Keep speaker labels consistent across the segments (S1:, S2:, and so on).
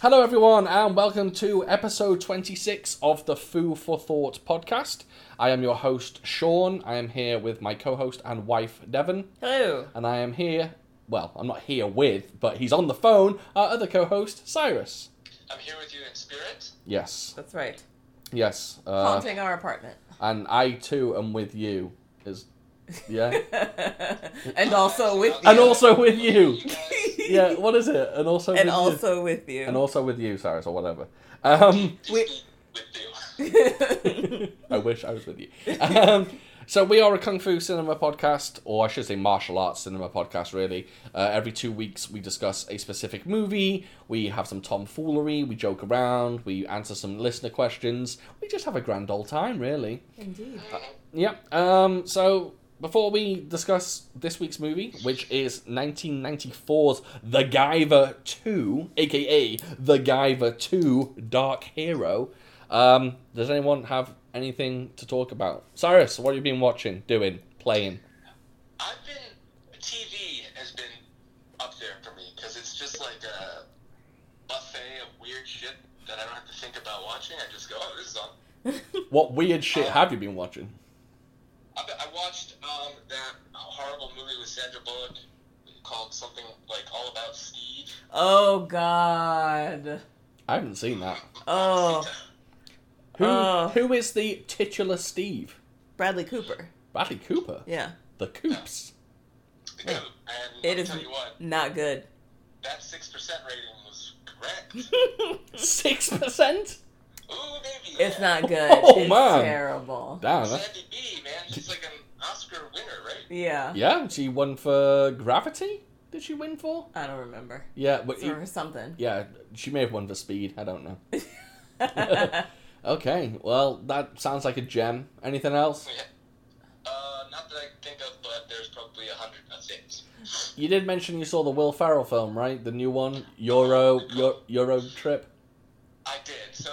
S1: Hello, everyone, and welcome to episode 26 of the Foo for Thought podcast. I am your host, Sean. I am here with my co host and wife, Devon.
S2: Hello.
S1: And I am here, well, I'm not here with, but he's on the phone, our other co host, Cyrus.
S3: I'm here with you in spirit.
S1: Yes,
S2: That's right.
S1: yes. Uh,
S2: Haunting our apartment.
S1: and I too am with you. Is Yeah.
S2: and also with you.
S1: and also with you.
S3: You guys,
S1: Yeah, what is it? And also
S2: and
S1: with you.
S2: also with you.
S1: And also with you, Cyrus, or whatever. Um,
S2: We-
S3: speak with you.
S1: I wish I was with you. Um, so we are a kung fu cinema podcast, or I should say martial arts cinema podcast. Really, uh, every two weeks we discuss a specific movie. We have some tomfoolery. We joke around. We answer some listener questions. We just have a grand old time, really.
S2: Indeed.
S1: Yep. Um, so before we discuss this week's movie, which is 1994's The Guyver 2, aka The Guyver 2 Dark Hero, um, does anyone have anything to talk about? Cyrus, what have you been watching, doing, playing?
S3: I've been TV has been up there for me because it's just like a buffet of weird shit that I don't have to think about watching. I just go, oh, this is on.
S1: What weird shit have you been watching?
S3: I, I watched um, that horrible movie with Sandra Bullock called something like All About Steve.
S2: Oh God.
S1: I haven't seen that.
S2: Oh.
S1: Who
S2: Oh.
S1: who is the titular Steve?
S2: Bradley Cooper.
S1: Bradley Cooper.
S2: Yeah.
S1: The Coops.
S3: Dude, and
S2: It
S3: I'll
S2: is-
S3: tell you what,
S2: Not good.
S3: that six percent rating was correct.
S1: Six percent?
S3: Ooh, baby.
S2: It's not good.
S1: Oh,
S2: it's
S1: man.
S2: terrible.
S1: Damn. That's,
S3: Sandy B, E, man, she's like an Oscar winner, right?
S2: yeah.
S1: yeah, she won for Gravity. Did she win for?
S2: I don't remember.
S1: Yeah, but e-
S2: Or something.
S1: yeah, she may have won for speed. I don't know. Okay, well, that sounds like a gem. Anything else?
S3: Uh, not that I can think of, but there's probably a hundred of things.
S1: You did mention you saw the Will Ferrell film, right? The new one, Euro Euro, Euro Trip.
S3: I did, so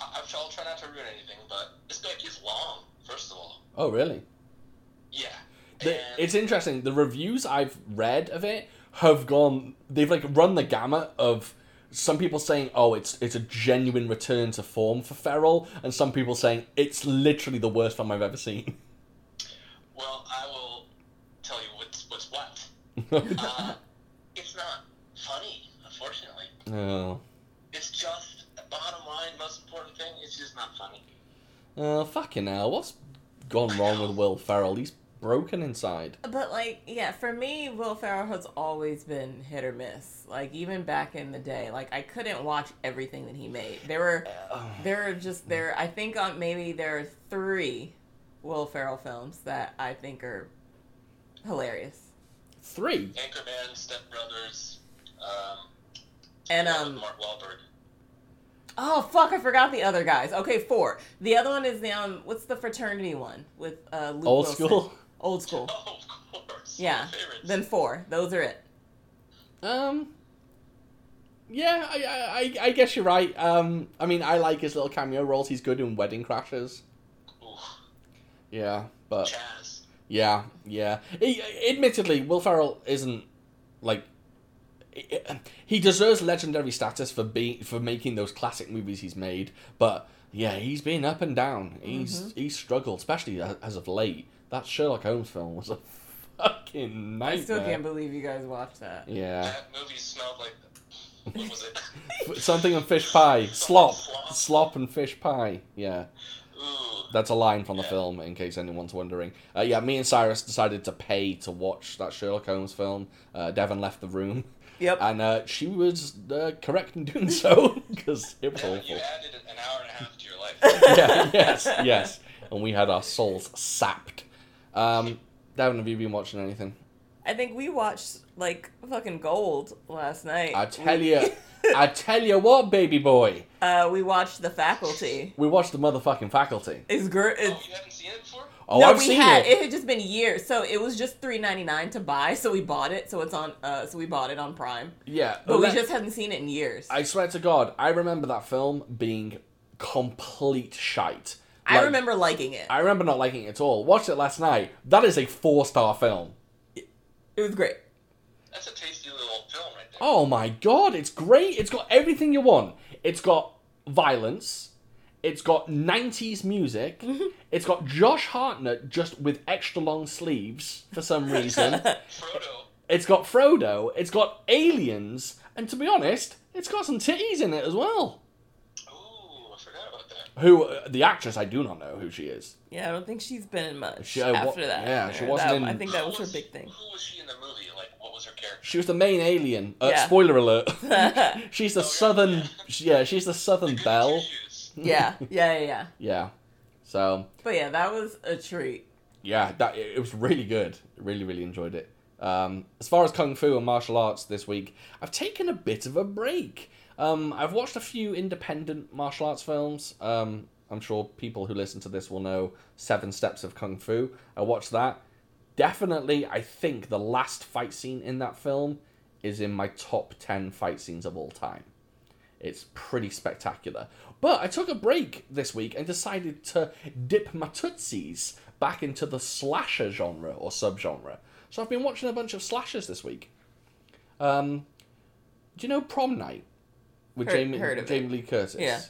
S3: I- I'll try- I'll try not to ruin anything, but this book is long, first of all.
S1: Oh, really?
S3: Yeah.
S1: The,
S3: and
S1: it's interesting. The reviews I've read of it have gone. They've like run the gamut of some people saying, "Oh, it's it's a genuine return to form for Ferrell," and some people saying it's literally the worst film I've ever seen.
S3: well, I will tell you what's what's what. Uh, it's not funny, unfortunately.
S1: oh.
S3: It's just the bottom line, most important thing. It's just not funny.
S1: Oh, fucking hell. What's gone wrong with Will Ferrell? He's broken inside.
S2: But like, yeah, for me, Will Ferrell has always been hit or miss. Like even back in the day, like I couldn't watch everything that he made. There were, there are just there. I think on maybe there are three Will Ferrell films that I think are hilarious.
S1: Three.
S3: Anchorman, Step Brothers, um,
S2: And
S3: one with
S2: um,
S3: Mark Wahlberg.
S2: oh fuck, I forgot the other guys. Okay, four. The other one is the um, what's the fraternity one with uh, Luke
S1: Old
S2: Wilson.
S1: school?
S2: Old school.
S3: Oh, of course.
S2: Yeah.
S3: My favorites.
S2: Then four. Those are it.
S1: Um. Yeah, I, I, I- I guess you're right. Um, I mean, I like his little cameo roles. He's good in Wedding Crashers.
S3: Ooh,
S1: Yeah, but
S3: Chaz.
S1: yeah, yeah. He, admittedly, Will Ferrell isn't like he- he deserves legendary status for being for making those classic movies he's made. But yeah, he's been up and down. He's
S2: Mm-hmm.
S1: he's struggled, especially a- as of late. That Sherlock Holmes film was a fucking nightmare.
S2: I still can't believe you guys watched that.
S1: yeah,
S3: That movie smelled like. What was it?
S1: F- something and fish pie, slop,
S3: Slop.
S1: slop and fish pie. Yeah,
S3: Ooh.
S1: that's a line from the film, in case anyone's wondering. Uh, yeah, me and Cyrus decided to pay to watch that Sherlock Holmes film. Uh, Devon left the room,
S2: Yep.
S1: and uh, she was uh, correct in doing so because it was
S3: Yeah, you
S1: awful.
S3: added an hour and a half to your life. Oh,
S1: yeah, yes, yes. And we had our souls sapped. Um, Devon, have you been watching anything?
S2: I think we watched like fucking gold last night.
S1: I tell you, I tell you what, baby boy,
S2: uh, we watched The Faculty.
S1: we watched the motherfucking faculty.
S2: It's gr-
S3: oh,
S2: it's
S3: you haven't seen it before?
S1: Oh,
S2: no,
S1: I've
S2: we
S1: seen
S2: had
S1: it.
S2: had just been years, so it was just three ninety nine to buy. So we bought it. So it's on. Uh, so we bought it on Prime,
S1: Yeah,
S2: but we
S1: let-
S2: just hadn't seen it in years. I,
S1: Oh, I swear to God, I remember that film being complete shite. Like,
S2: remember liking it.
S1: I remember not liking it at all. Watched it last night. That is a four star film.
S2: it was great.
S3: That's a tasty little film right there.
S1: Oh my god, it's great. It's got everything you want. It's got violence. It's got 90s music. It's got Josh Hartnett just with extra long sleeves for some reason.
S3: Frodo.
S1: it's got Frodo. It's got aliens. And to be honest, it's got some titties in it as well.
S3: Ooh, I forgot about that.
S1: Who, uh, the actress, I do not know who she is.
S2: Yeah, I don't think she's been in much
S1: She- I wa-
S2: after that.
S1: yeah, she
S2: That-
S1: wasn't in-
S2: I think that
S3: Who
S2: was her big thing.
S3: Who was she in the movie? Like, what was her character?
S1: She was the main alien. Uh,
S2: Yeah.
S1: Spoiler alert.
S2: yeah,
S1: she's the
S3: Oh, yeah.
S1: southern. Yeah, she's the southern
S3: Good
S1: belle.
S3: Shoes.
S2: yeah, yeah, yeah.
S1: Yeah. So
S2: But yeah, that was a treat.
S1: yeah, that it it was really good. Really, really enjoyed it. Um, as far as kung fu and martial arts this week, I've taken a bit of a break. Um, I've watched a few independent martial arts films. Um, I'm sure people who listen to this will know Seven Steps of Kung Fu. I watched that. Definitely, I think the last fight scene in that film is in my top 10 fight scenes of all time. It's pretty spectacular. But I took a break this week and decided to dip my tootsies back into the slasher genre or subgenre. So I've been watching a bunch of slashers this week. Um, do you know Prom Night with
S2: Heard-
S1: Jamie
S2: heard of it.
S1: Jamie Lee Curtis?
S2: Yeah.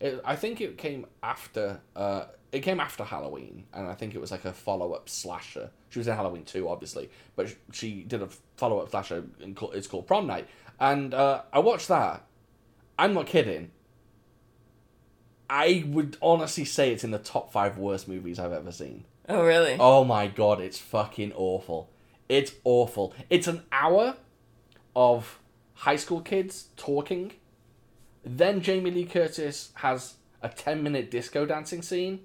S1: It, I think it came after. Uh, it came after Halloween, and I think it was like a follow-up slasher. She was in Halloween too, obviously, but sh- she did a follow-up slasher. And call, it's called Prom Night, and uh, I watched that. I'm not kidding. I would honestly say it's in the top five worst movies I've ever seen.
S2: Oh, really?
S1: Oh my god, it's fucking awful. It's awful. It's an hour of high school kids talking. Then Jamie Lee Curtis has a 10 minute disco dancing scene.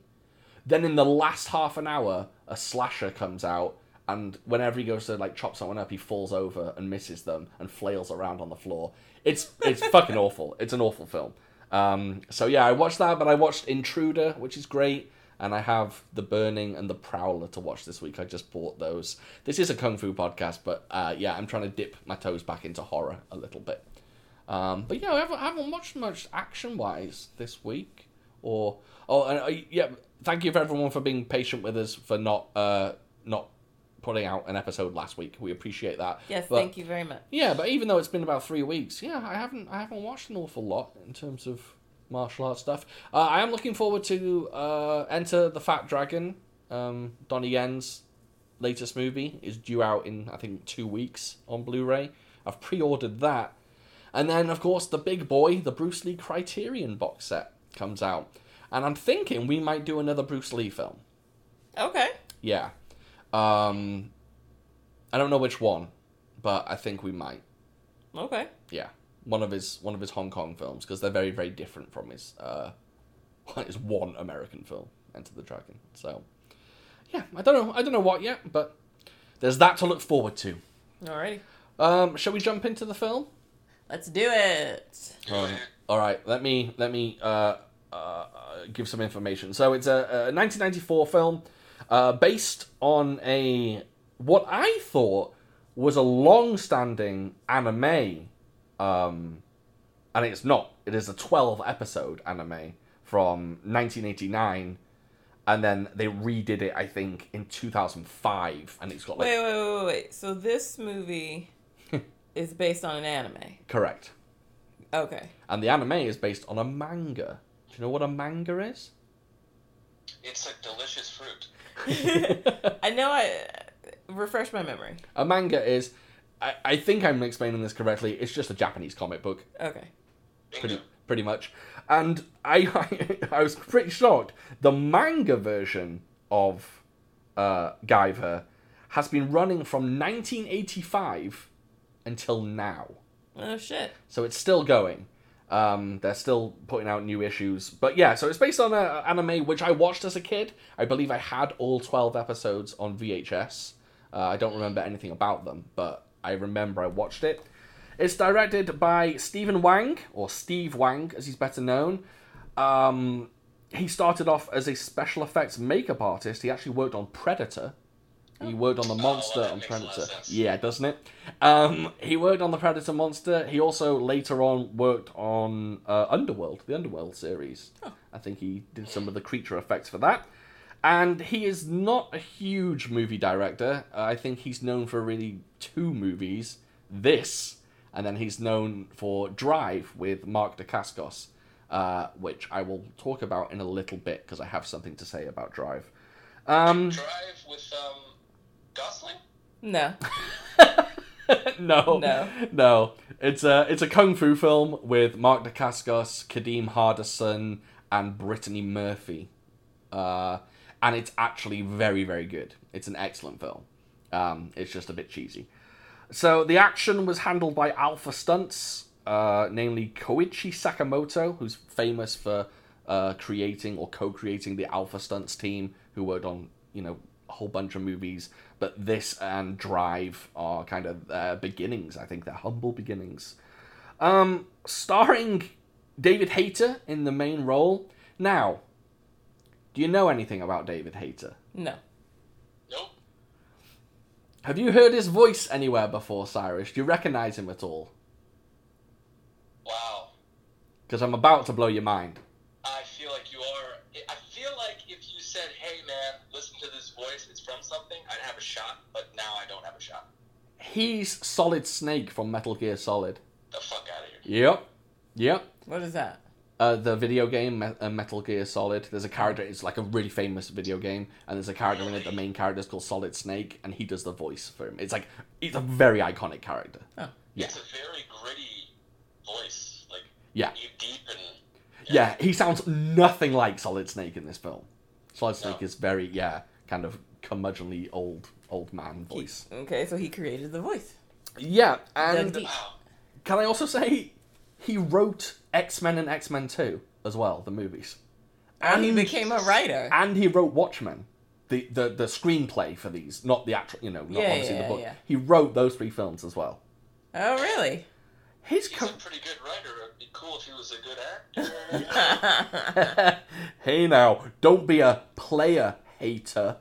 S1: Then in the last half an hour, a slasher comes out and whenever he goes to like chop someone up, he falls over and misses them and flails around on the floor. It's it's fucking awful. It's an awful film. Um, so yeah, I watched that, but I watched Intruder, which is great, and I have The Burning and The Prowler to watch this week. I just bought those. This is a kung fu podcast, but uh, yeah, I'm trying to dip my toes back into horror a little bit. Um, but yeah, I haven't, I haven't watched much action wise this week. Or oh, and uh, yeah, thank you for everyone for being patient with us for not uh, not putting out an episode last week. We appreciate that.
S2: Yes,
S1: but,
S2: thank you very much.
S1: Yeah, but even though it's been about three weeks, yeah, I haven't I haven't watched an awful lot in terms of martial arts stuff. Uh, I am looking forward to uh, Enter the Fat Dragon. Um, Donnie Yen's latest movie is due out in I think two weeks on Blu-ray. I've pre-ordered that. And then, of course, the big boy, the Bruce Lee Criterion box set comes out. And I'm thinking we might do another Bruce Lee film.
S2: Okay.
S1: Yeah. Um, I don't know which one, but I think we might.
S2: Okay.
S1: Yeah. One of his one of his Hong Kong films because they're very very different from his uh, his one American film, Enter the Dragon. So, yeah, I don't know I don't know what yet, but there's that to look forward to.
S2: Alrighty.
S1: Um, shall we jump into the film?
S2: Let's do it.
S3: Go
S1: Um,
S3: ahead.
S1: all right, let me let me uh, uh, uh, give some information. So it's a, a 1994 film uh, based on a what I thought was a long-standing anime, um, and it's not. It is a 12-episode anime from 1989, and then they redid it, I think, in 2005, and it's got like
S2: Wait, wait, wait, wait, wait. So this movie is based on an anime.
S1: correct.
S2: Okay.
S1: And the anime is based on a manga. Do you know what a manga is?
S3: It's like delicious fruit.
S2: I know I refresh my memory.
S1: A manga is, I, I think I'm explaining this correctly. It's just a Japanese comic book,
S2: Okay.
S1: pretty
S3: Bingo.
S1: pretty much. And I I, I was pretty shocked. The manga version of uh, Guyver has been running from 1985 until now,
S2: Oh shit.
S1: so it's still going. Um, they're still putting out new issues, but yeah. So it's based on an anime which I watched as a kid. I believe I had all twelve episodes on VHS. Uh, I don't remember anything about them, but I remember I watched it. It's directed by Stephen Wang, or Steve Wang as he's better known. Um, he started off as a special effects makeup artist. He actually worked on Predator. He worked on the
S3: well,
S1: monster
S3: that
S1: on
S3: makes a lot of
S1: Predator.
S3: sense.
S1: Yeah, doesn't it? Um, he worked on the Predator monster. He also later on worked on uh, Underworld, the Underworld series. I think he did some of the creature effects for that. And he is not a huge movie director. Uh, I think he's known for really two movies this and then he's known for Drive with Mark Dacascos, uh, which I will talk about in a little bit because I have something to say about Drive. Um,
S3: Drive with um, Gosling.
S2: No.
S1: no,
S2: No.
S1: no. It's a it's a kung fu film with Mark Dacascos, Kadeem Hardison, and Brittany Murphy, uh, and it's actually very very good. It's an excellent film. Um, it's just a bit cheesy. So the action was handled by Alpha Stunts, uh, namely Koichi Sakamoto, who's famous for uh, creating or co-creating the Alpha Stunts team, who worked on you know a whole bunch of movies. But this and Drive are kind of their beginnings. I think their humble beginnings. Um, starring David Hayter in the main role. Now, do you know anything about David Hayter?
S2: No.
S3: Nope.
S1: Have you heard his voice anywhere before, Cyrus? Do you recognize him at all?
S3: Wow.
S1: Because I'm about to blow your mind.
S3: I feel like you are. I feel like if you said, "Hey, man, listen to this voice. It's from something," I'd have a shot. But now I don't have a shot.
S1: He's Solid Snake from Metal Gear Solid.
S3: The fuck out of here.
S1: Yep. Yep.
S2: What is that?
S1: Uh, the video game Me- uh, Metal Gear Solid. There's a character. It's like a really famous video game, and there's a character in it. The main character is called Solid Snake, and he does the voice for him. It's like it's a very iconic character.
S2: Oh.
S1: Yeah.
S3: It's a very gritty voice. Like
S1: Yeah.
S3: you deep and
S1: Yeah, he sounds nothing like Solid Snake in this film. Solid Snake
S3: No.
S1: is very yeah, kind of curmudgeonly old old man voice.
S2: Okay, so he created the voice.
S1: Yeah, and
S2: Doug Deep.
S3: wow.
S1: Can I also say he wrote X Men and X Men Two as well, the movies,
S2: And he became a writer.
S1: and he wrote Watchmen, the the, the screenplay for these, not the actual, you know, not
S2: Yeah,
S1: obviously
S2: yeah,
S1: the book.
S2: yeah.
S1: He wrote those three films as well.
S2: Oh, really?
S1: His
S3: He's a
S1: car-
S3: pretty good writer. It'd be cool if he was a good actor.
S1: hey now, don't be a player hater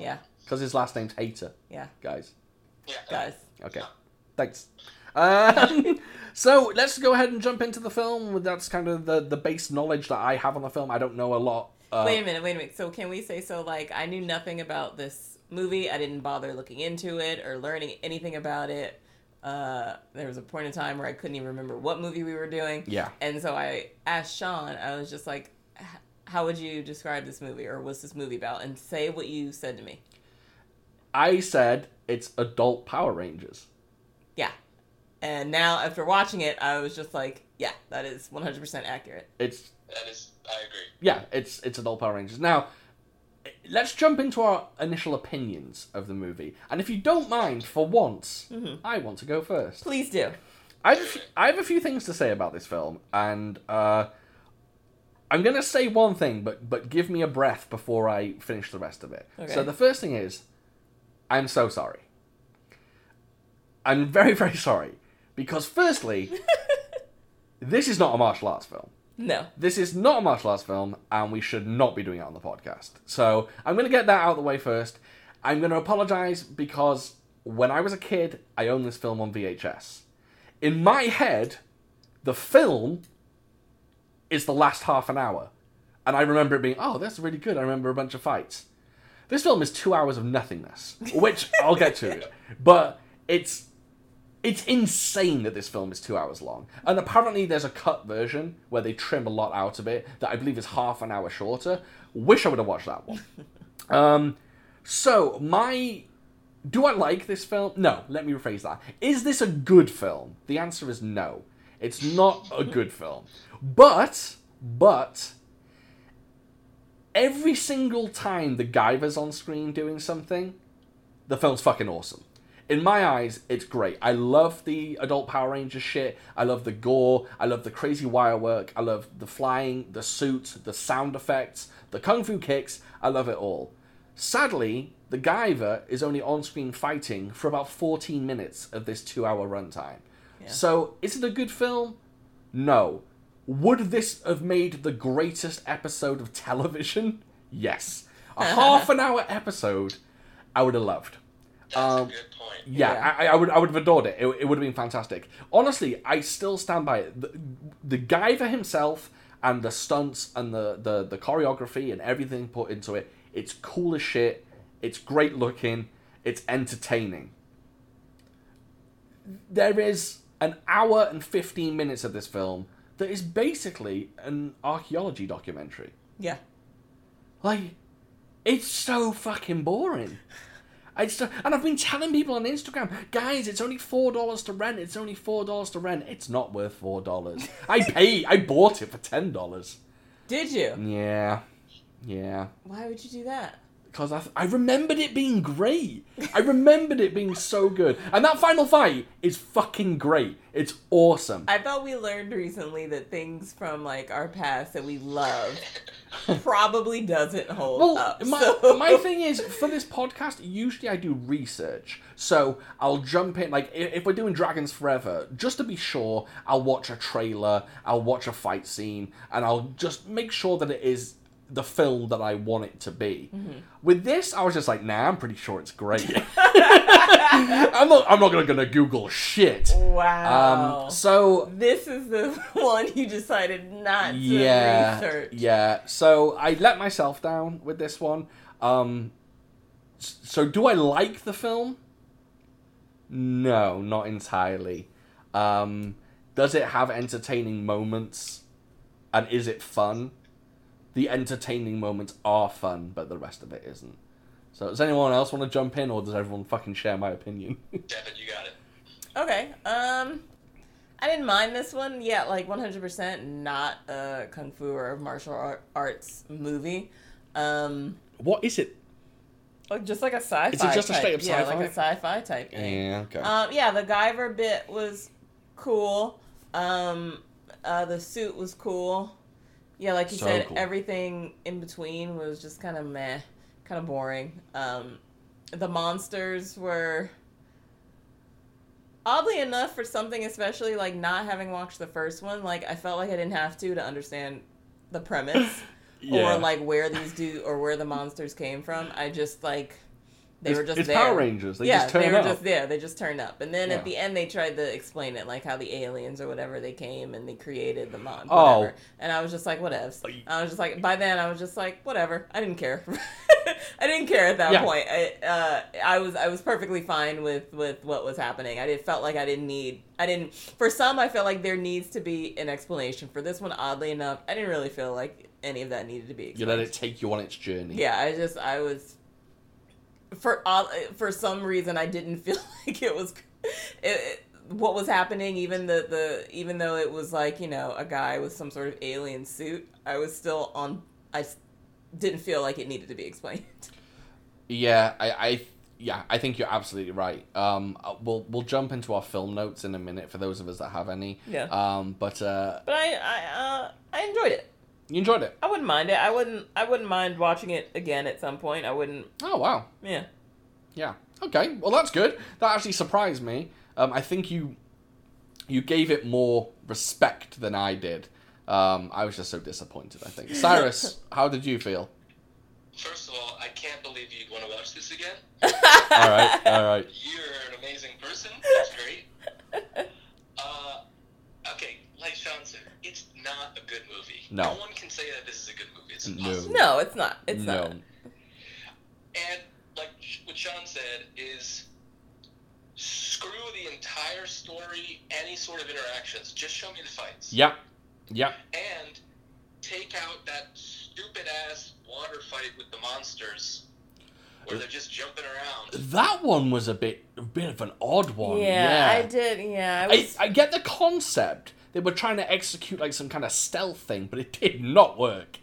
S2: yeah,
S1: because his last name's Hater,
S2: yeah,
S1: guys.
S3: yeah.
S2: guys.
S1: Okay. Thanks. Um, so let's go ahead and jump into the film. That's kind of the, the base knowledge that I have on the film. I don't know a lot. Uh,
S2: wait a minute, wait a minute. So can we say so? Like, I knew nothing about this movie. I didn't bother looking into it or learning anything about it. Uh, there was a point in time where I couldn't even remember what movie we were doing.
S1: Yeah.
S2: And so I asked Sean. I was just like, "H- "How would you describe this movie, or what's this movie about?" And say what you said to me.
S1: I said it's adult Power Rangers.
S2: Yeah. And now after watching it, I was just like, "Yeah, that is 100% accurate."
S1: It's
S3: That is, I agree.
S1: yeah, it's it's adult Power Rangers. Now, let's jump into our initial opinions of the movie. And if you don't mind, for once, I want to go first.
S2: Please do.
S1: I have, a few, I have a few things to say about this film, and uh, I'm going to say one thing, but but give me a breath before I finish the rest of it. So
S2: Okay.
S1: the first thing is, I'm so sorry. I'm very very sorry because firstly, this is not a martial arts film.
S2: No.
S1: This is not a martial arts film, and we should not be doing it on the podcast. So I'm going to get that out of the way first. I'm going to apologize because when I was a kid, I owned this film on VHS. In my head, the film is the last half an hour. And I remember it being, oh, that's really good. I remember a bunch of fights. This film is two hours of nothingness, which I'll get to it. But it's it's insane that this film is two hours long. And apparently there's a cut version where they trim a lot out of it that I believe is half an hour shorter. Wish I would have watched that one. um, so my do I like this film? No, let me rephrase that. Is this a good film? The answer is no. It's not a good film. But but every single time the Guyver's on screen doing something, the film's fucking awesome. In my eyes, it's great. I love the adult Power Rangers shit. I love the gore. I love the crazy wire work. I love the flying, the suits, the sound effects, the kung fu kicks. I love it all. Sadly, the Guyver is only on screen fighting for about 14 minutes of this two hour runtime. So, is it a good film? No. Would this have made the greatest episode of television? Yes. A half an hour episode, I would have loved.
S3: That's a good point.
S1: Um, Yeah,
S2: Yeah.
S1: I, I would I would have adored it. It, it would have been fantastic. Honestly, I still stand by it. The, the guy for himself and the stunts and the, the, the choreography and everything put into it, it's cool as shit. It's great looking. It's entertaining. there is an hour and 15 minutes of this film that is basically an archaeology documentary.
S2: Yeah.
S1: Like, it's so fucking boring. It's so, and I've been telling people on Instagram, guys, it's only four dollars to rent. It's only four dollars to rent. It's not worth four dollars. I paid. I bought it for ten dollars.
S2: Did
S1: Mm.
S2: you?
S1: Yeah, yeah.
S2: Why would you do that?
S1: Because I, th- I remembered it being great. I remembered it being so good. And that final fight is fucking great. It's awesome.
S2: I thought we learned recently that things from like our past that we love probably doesn't hold
S1: Well,
S2: up.
S1: my,
S2: so-
S1: my thing is for this podcast, usually I do research, so I'll jump in. Like i- if we're doing Dragons Forever, just to be sure, I'll watch a trailer, I'll watch a fight scene, and I'll just make sure that it is the film that I want it to be.
S2: Mm-hmm.
S1: With this, I was just like, nah, I'm pretty sure it's great. I'm not. I'm not gonna, gonna Google shit.
S2: wow.
S1: Um, so
S2: this is the one you decided not to
S1: yeah,
S2: research.
S1: Yeah. So I let myself down with this one. Um, s- so do I like the film? No, not entirely. Um, does it have entertaining moments? And is it fun? The entertaining moments are fun, but the rest of it isn't. So does anyone else want to jump in, or does everyone fucking share my opinion?
S3: Devin, you got it.
S2: Okay. Um, I didn't mind this one. Yeah, like 100% not a kung fu or martial ar- arts movie. Um,
S1: what is it?
S2: like, just like a sci-fi.
S1: Is it just a
S2: type.
S1: straight up
S2: Yeah, like a
S1: sci-fi?
S2: sci-fi type thing.
S1: Yeah. Okay.
S2: Um, yeah, the Guyver bit was cool. Um, uh, the suit was cool. Yeah, like you
S1: So
S2: said,
S1: cool.
S2: everything in between was just kind of meh, kind of boring. Um, the monsters were oddly enough for something, especially like not having watched the first one. Like I felt like I didn't have to to understand the premise
S1: yeah.
S2: or like where these do or where the monsters came from. I just like they
S1: it's,
S2: were just
S1: it's
S2: there
S1: Power Rangers. They
S2: yeah,
S1: just turn
S2: they were
S1: up.
S2: just there. They just turned up, and then
S1: Yeah.
S2: at the end they tried to explain it, like how the aliens or whatever they came and they created the mon.
S1: Oh.
S2: whatever. and I was just like, whatevs.
S1: Like-
S2: I was just like, by then I was just like, whatever. I didn't care. I didn't care at that
S1: Yeah.
S2: point. I, uh, I was I was perfectly fine with with what was happening. I did felt like I didn't need. I didn't. For some, I felt like there needs to be an explanation. For this one, oddly enough, I didn't really feel like any of that needed to be. Explained.
S1: You let it take you on its journey.
S2: Yeah, I just I was for all for some reason I didn't feel like it was it, it- what was happening. Even the the even though it was like you know a guy with some sort of alien suit, I was still on. I s- didn't feel like it needed to be explained.
S1: Yeah, I, I yeah, I think you're absolutely right. Um, uh, we'll we'll jump into our film notes in a minute for those of us that have any.
S2: Yeah.
S1: Um, but uh,
S2: But I I uh, I enjoyed it.
S1: you enjoyed it.
S2: I wouldn't mind it. I wouldn't I wouldn't mind watching it again at some point. I wouldn't.
S1: Oh wow.
S2: Yeah.
S1: Yeah. Okay. Well, that's good. That actually surprised me. Um, I think you you gave it more respect than I did. Um, I was just so disappointed. I think Cyrus, how did you feel?
S3: First of all, I can't believe you'd want to watch this again.
S1: All right. uh, All right.
S3: You're an amazing person. That's great. Uh, okay, like Sean said, it's not a good movie.
S1: No.
S3: one can say that this is a good movie. It's
S1: No.
S3: impossible.
S2: No, it's not. It's uh,
S1: no.
S2: not.
S3: And like Sh- what Sean said is, screw the entire story, any sort of interactions. Just show me the fights.
S1: Yep. Yep.
S3: And take out that stupid ass water fight with the monsters,
S1: Er,
S3: where they're just jumping around.
S1: That one was a bit a bit of an odd one.
S2: Yeah,
S1: Yeah.
S2: I did. Yeah, I
S1: I,
S2: was.
S1: I get the concept. They were trying to execute like some kind of stealth thing, but it did not work.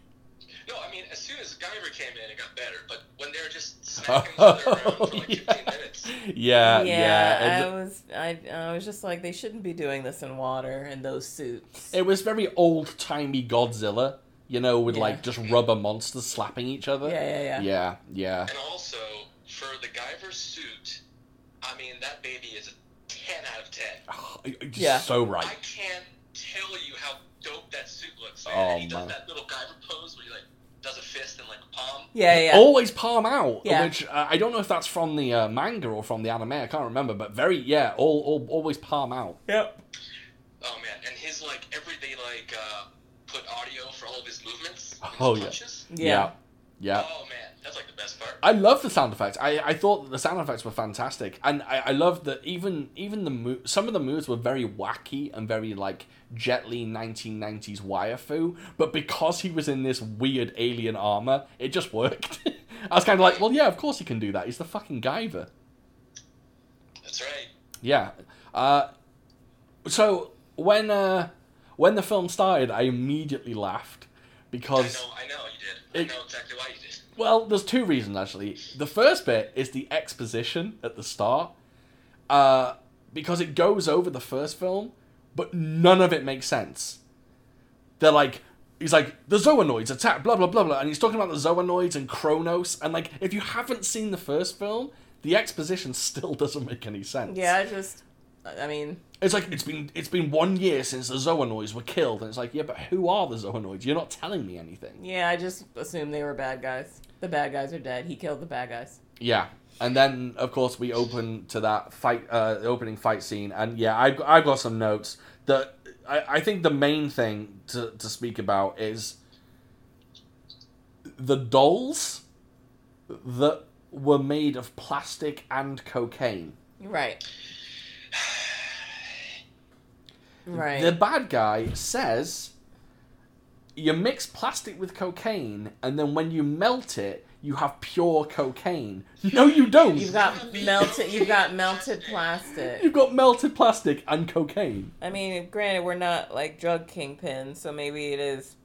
S3: No, I mean as soon as Guyver came in, it got better. But when they were just smacking each other around for like
S1: Oh, Yeah.
S3: 15 minutes.
S1: Yeah, yeah.
S2: yeah,
S1: It,
S2: I was I, I was just like they shouldn't be doing this in water in those suits.
S1: it was very old timey Godzilla, you know, with
S2: Yeah.
S1: like just rubber monsters slapping each other.
S2: yeah, yeah, yeah,
S1: yeah, yeah.
S3: And also, for the Guyver suit, I mean, that baby is a 10 out of 10.
S1: Oh, you're just
S2: Yeah.
S1: so
S3: I
S1: right.
S3: can't tell you how dope that suit looks, man.
S1: Oh,
S3: and he does
S1: man.
S3: that little Guyver pose where he, like, does a fist and, like, a palm.
S2: yeah, yeah.
S1: Always palm out,
S2: Yeah.
S1: which uh, I don't know if that's from the uh, manga or from the anime. I can't remember, but very yeah, all, all always palm out.
S2: Yep.
S3: Oh, man. And his, like, every they, like, uh, put audio for all of his movements. and his
S1: Oh, yeah.
S3: punches.
S2: Yeah.
S1: Yeah.
S3: Oh man, that's like the best part.
S1: I love the sound effects. I, I thought that the sound effects were fantastic, and I, I love that even even the mo- some of the moves were very wacky and very like Jet Li nineteen nineties wirefoo. But because he was in this weird alien armor, it just worked. I was kind of like, well, yeah, of course he can do that. He's the fucking Guyver.
S3: That's right.
S1: Yeah. Uh, so when uh, when the film started, I immediately laughed
S3: I
S1: because
S3: know. I know you did.
S1: It-
S3: I know exactly why you did.
S1: well, there's two reasons actually. The first bit is the exposition at the start, uh, because it goes over the first film, but none of it makes sense. They're like, he's like, the Zoonoids attack, blah blah blah blah, and he's talking about the Zoonoids and Kronos, and like, if you haven't seen the first film, the exposition still doesn't make any sense.
S2: Yeah, I just, I mean,
S1: It's like it's been it's been one year since the Zoonoids were killed, and it's like, yeah, but who are the Zoonoids? You're not telling me anything.
S2: yeah, I just assumed they were bad guys. The bad guys are dead. He killed the bad guys.
S1: Yeah, and then of course we open to that fight, uh, the opening fight scene, and yeah, I've I've got some notes. The I, I think the main thing to to speak about is the dolls that were made of plastic and cocaine.
S2: Right. Right.
S1: The bad guy says you mix plastic with cocaine, and then when you melt it, you have pure cocaine. No, you don't.
S2: You've got melted. You've got melted plastic.
S1: You've got melted plastic and cocaine.
S2: I mean, granted, we're not like drug kingpins, so maybe it is.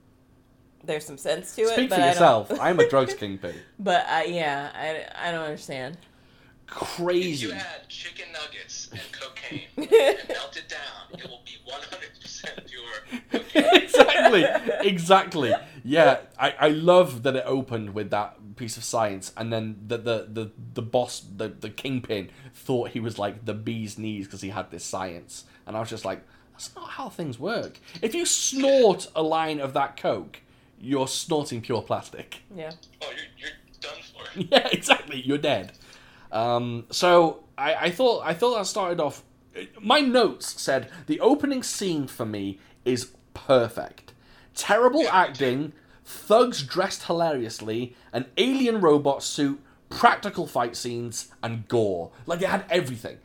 S2: There's some sense to it.
S1: Speak
S2: but
S1: for
S2: I
S1: yourself.
S2: Don't,
S1: I'm a drugs kingpin.
S2: but I, yeah, I, I don't understand.
S3: If you
S1: Crazy.
S3: had chicken nuggets and cocaine and
S2: yeah,
S3: melt it down, it will be 100% pure.
S1: exactly. Exactly. Yeah, I, I love that it opened with that piece of science, and then the the the, the boss, the the kingpin, thought he was like the bee's knees because he had this science, and I was just like, that's not how things work. If you snort a line of that coke, you're snorting pure plastic.
S3: Oh, you're, you're done for.
S1: yeah, exactly. You're dead. Um, so I, I thought I thought that started off. My notes said the opening scene for me is perfect. Terrible acting, thugs dressed hilariously, an alien robot suit, practical fight scenes, and gore. Like it had everything.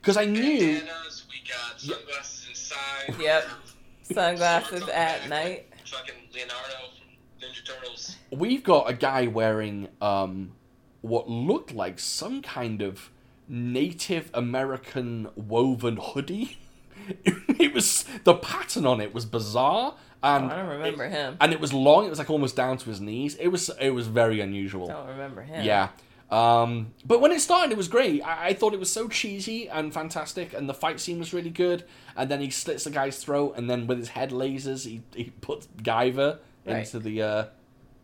S1: Because I knew
S3: Bandanas, we got sunglasses inside.
S2: Yep. sunglasses at night.
S3: Fucking Leonardo from Ninja Turtles.
S1: we've got a guy wearing um, what looked like some kind of Native American woven hoodie. it was the pattern on it was bizarre, and
S2: Oh, I don't remember
S1: it,
S2: him.
S1: and it was long. It was like almost down to his knees. It was it was very unusual.
S2: I don't remember him.
S1: Yeah. Um, but when it started, it was great. I, I thought it was so cheesy and fantastic, and the fight scene was really good. And then he slits the guy's throat, and then with his head lasers, he, he puts Guyver
S2: Right.
S1: into the uh,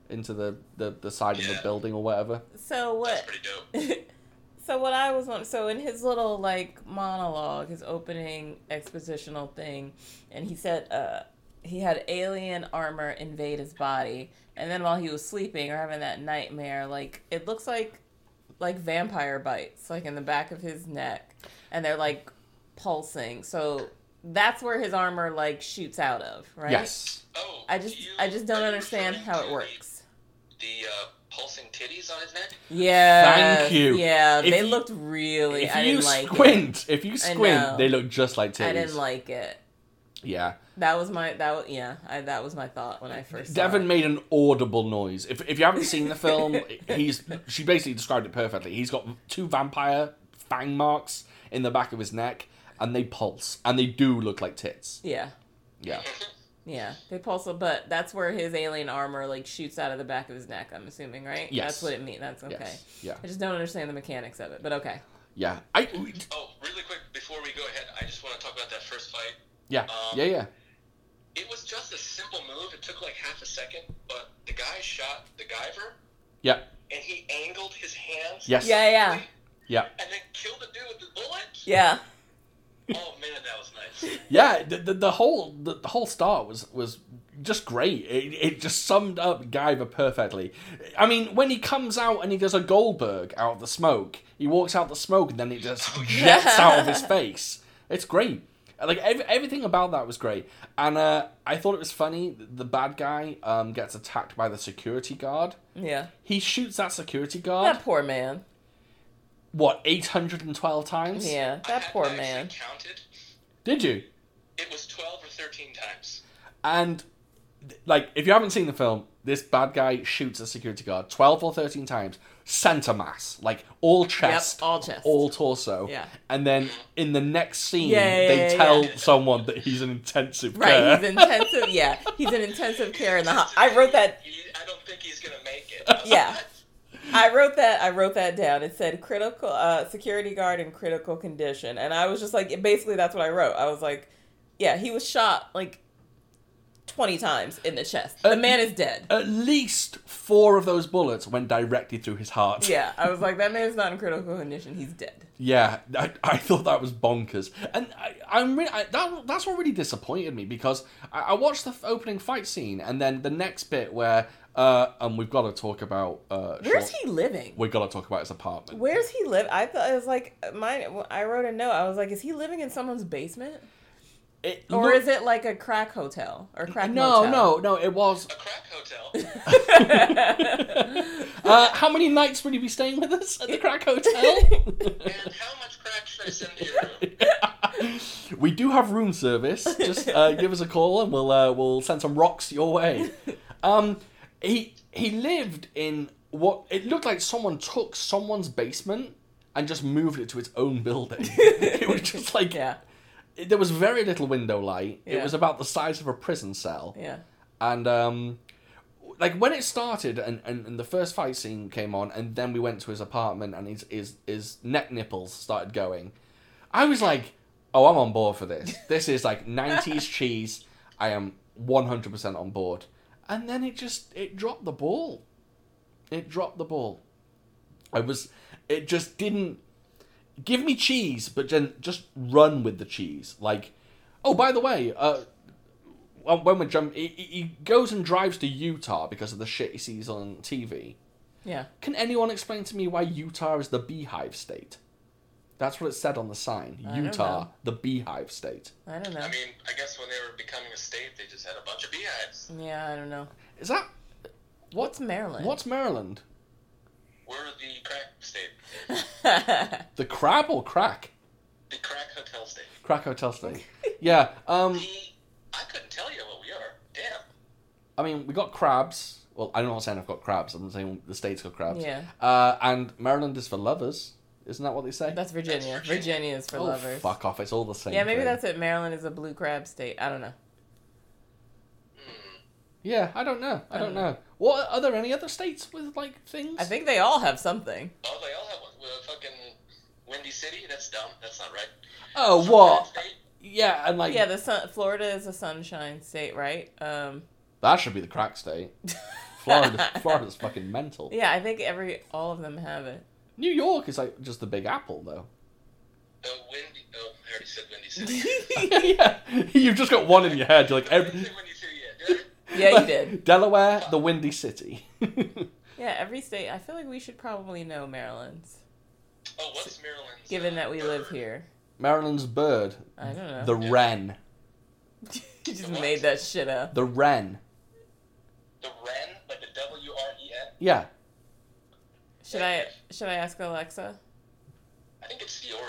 S1: into the, the, the side of the
S3: Yeah.
S1: building or whatever.
S2: So what?
S3: That's pretty dope.
S2: so what I was wondering, so in his little like monologue, his opening expositional thing, and he said uh, he had alien armor invade his body, and then while he was sleeping or having that nightmare, like it looks like like vampire bites, like in the back of his neck, and they're like pulsing. So that's where his armor like shoots out of, right?
S1: Yes.
S3: Oh,
S2: I
S3: do
S2: just
S3: you-
S2: I just
S3: are
S2: don't
S3: you
S2: understand
S3: referring
S2: how
S3: to
S2: it
S3: the-
S2: works.
S3: The uh, pulsing titties on his neck?
S2: Yeah.
S1: Thank you.
S2: Yeah,
S1: If
S2: they
S1: you-
S2: looked really.
S1: if
S2: I
S1: you
S2: didn't like it.
S1: squint, if you
S2: know.
S1: squint, they look just like titties.
S2: I didn't like it.
S1: yeah.
S2: That was my that was, yeah. I, that was my thought when I first. saw
S1: Devin
S2: it.
S1: made an audible noise. If, if you haven't seen the film, he's she basically described it perfectly. He's got two vampire fang marks in the back of his neck, and they pulse, and they do look like tits.
S2: Yeah,
S1: Yeah,
S2: yeah. They pulse, but that's where his alien armor like shoots out of the back of his neck. I'm assuming, right?
S1: Yes.
S2: That's what it means. That's okay.
S1: Yes. Yeah.
S2: I just don't understand the mechanics of it, but okay.
S1: yeah. I
S3: Oh, really quick, before we go ahead, I just want to talk about that first fight.
S1: yeah yeah yeah.
S3: It was just a simple move. It took like half a second, but the guy shot the Guyver,
S1: Yeah.
S3: and he angled his hands.
S1: Yes.
S2: Yeah, yeah,
S1: Yeah.
S3: And then killed the dude with the bullet.
S2: yeah.
S3: Oh man, that was nice.
S1: Yeah, the, the, the whole the, the whole start was was just great. It, it just summed up Guyver perfectly. I mean, when he comes out and he does a Goldberg out of the smoke, he walks out the smoke and then it just jets out of his face. It's great. Like ev- everything about that was great, and uh, I thought it was funny. The bad guy um, gets attacked by the security guard.
S2: Yeah.
S1: He shoots that security guard
S2: That poor man.
S1: what eight hundred and twelve times.
S2: Yeah,
S3: I
S2: that
S3: had-
S2: poor
S3: I actually
S2: man.
S3: Counted.
S1: Did you?
S3: It was twelve or thirteen times.
S1: And th- like, if you haven't seen the film, this bad guy shoots a security guard twelve or thirteen times, center mass, like all chest,
S2: all chest.
S1: all torso.
S2: Yeah.
S1: And then in the next scene,
S2: Yeah, yeah,
S1: they
S2: yeah,
S1: tell
S3: yeah.
S1: someone that he's an intensive care.
S2: Right, he's intensive. Yeah, he's in intensive care in the. ho- I wrote that
S3: He- I don't think he's gonna make it.
S2: Yeah. I wrote that. I wrote that down. It said critical uh, security guard in critical condition, and I was just like, basically, that's what I wrote. I was like, yeah, he was shot like twenty times in the chest. The
S1: Uh,
S2: man is dead.
S1: At least four of those bullets went directly through his heart.
S2: Yeah, I was like, that man's not in critical condition. He's dead.
S1: Yeah, I, I thought that was bonkers, and I, I'm re- I, that that's what really disappointed me because I, I watched the f- opening fight scene and then the next bit where uh and we've got to talk about uh
S2: Where's
S1: Sean-
S2: he living?
S1: we've got to talk about his apartment.
S2: Where's he live? I thought it was like uh, mine. I wrote a note. I was like, is he living in someone's basement,
S1: It
S2: or
S1: look-
S2: is it like a crack hotel or crack?
S1: no
S2: motel?
S1: no no it was.
S3: A crack hotel.
S1: uh, how many nights would he be staying with us at the Crack Hotel?
S3: and how much crack should I send to your room?
S1: we do have room service. Just uh, give us a call and we'll uh, we'll send some rocks your way. Um, he he lived in what it looked like someone took someone's basement and just moved it to its own building. it was just like
S2: Yeah,
S1: it- there was very little window light. It
S2: Yeah.
S1: was about the size of a prison cell.
S2: yeah.
S1: And um, like when it started and, and, and the first fight scene came on and then we went to his apartment and his his, his neck nipples started going. I was like, oh, I'm on board for this. This is like 90s cheese. I am 100% on board. And then it just it dropped the ball. It dropped the ball. I was it just didn't give me cheese, but then just run with the cheese. Like, oh, by the way, uh, when when we're jump, he, he- he goes and drives to Utah because of the shit he sees on TV.
S2: Yeah.
S1: Can anyone explain to me why Utah is the beehive state? That's what it said on the sign.
S2: I don't
S1: Utah,
S2: know.
S1: the beehive state.
S2: I don't know.
S3: I mean, I guess when they were becoming a state, they just had a bunch of beehives.
S2: Yeah, I don't know.
S1: Is that
S2: What's Maryland?
S1: what's Maryland?
S3: We're the crack state.
S1: The crab or crack?
S3: The crack hotel state.
S1: Crack hotel state. yeah.
S2: Mm.
S1: Um.
S3: We, I couldn't tell you what we are. Damn.
S1: I mean, we got crabs. Well, I'm not saying I've got crabs. I'm saying the state's got crabs.
S2: Yeah.
S1: Uh, and Maryland is for lovers. Isn't that what they say?
S2: That's Virginia.
S3: That's Virginia.
S2: Virginia is for
S1: oh,
S2: lovers.
S1: fuck off. It's all the same.
S2: Yeah, maybe
S1: thing.
S2: that's it. Maryland is a blue crab state. I don't know.
S3: Hmm.
S1: Yeah, I don't know. I, don't
S2: don't
S1: know. What are there any other states with like things?
S2: Uh, I think they all have something.
S3: Oh, they all have one. Well, fucking Windy City? That's dumb. That's not right.
S1: Oh,
S3: Some
S1: what?
S3: crack state?
S1: Yeah, and like
S2: Yeah, the sun, Florida is a sunshine state, right? Um,
S1: that should be the crack state. Florida, Florida's fucking mental.
S2: yeah, I think every all of them have it.
S1: New York is like just the Big Apple, though.
S3: The Windy. Oh, I already said Windy City.
S1: yeah, you've just got one in your head. You're like,
S3: I didn't
S1: every...
S3: say Windy City yet, did I?
S2: yeah, you did.
S1: Delaware, the Windy City.
S2: Yeah, every state. I feel like we should probably know Maryland's,
S3: Oh, what's Maryland's?
S2: given
S3: uh,
S2: that we live
S3: bird?
S2: here.
S1: Maryland's bird,
S2: I don't know.
S1: the wren.
S2: you just made that shit up.
S1: The wren.
S3: The Wren, like the W R E N.
S1: Yeah,
S2: Should I should I ask Alexa?
S3: I think it's the Oriole.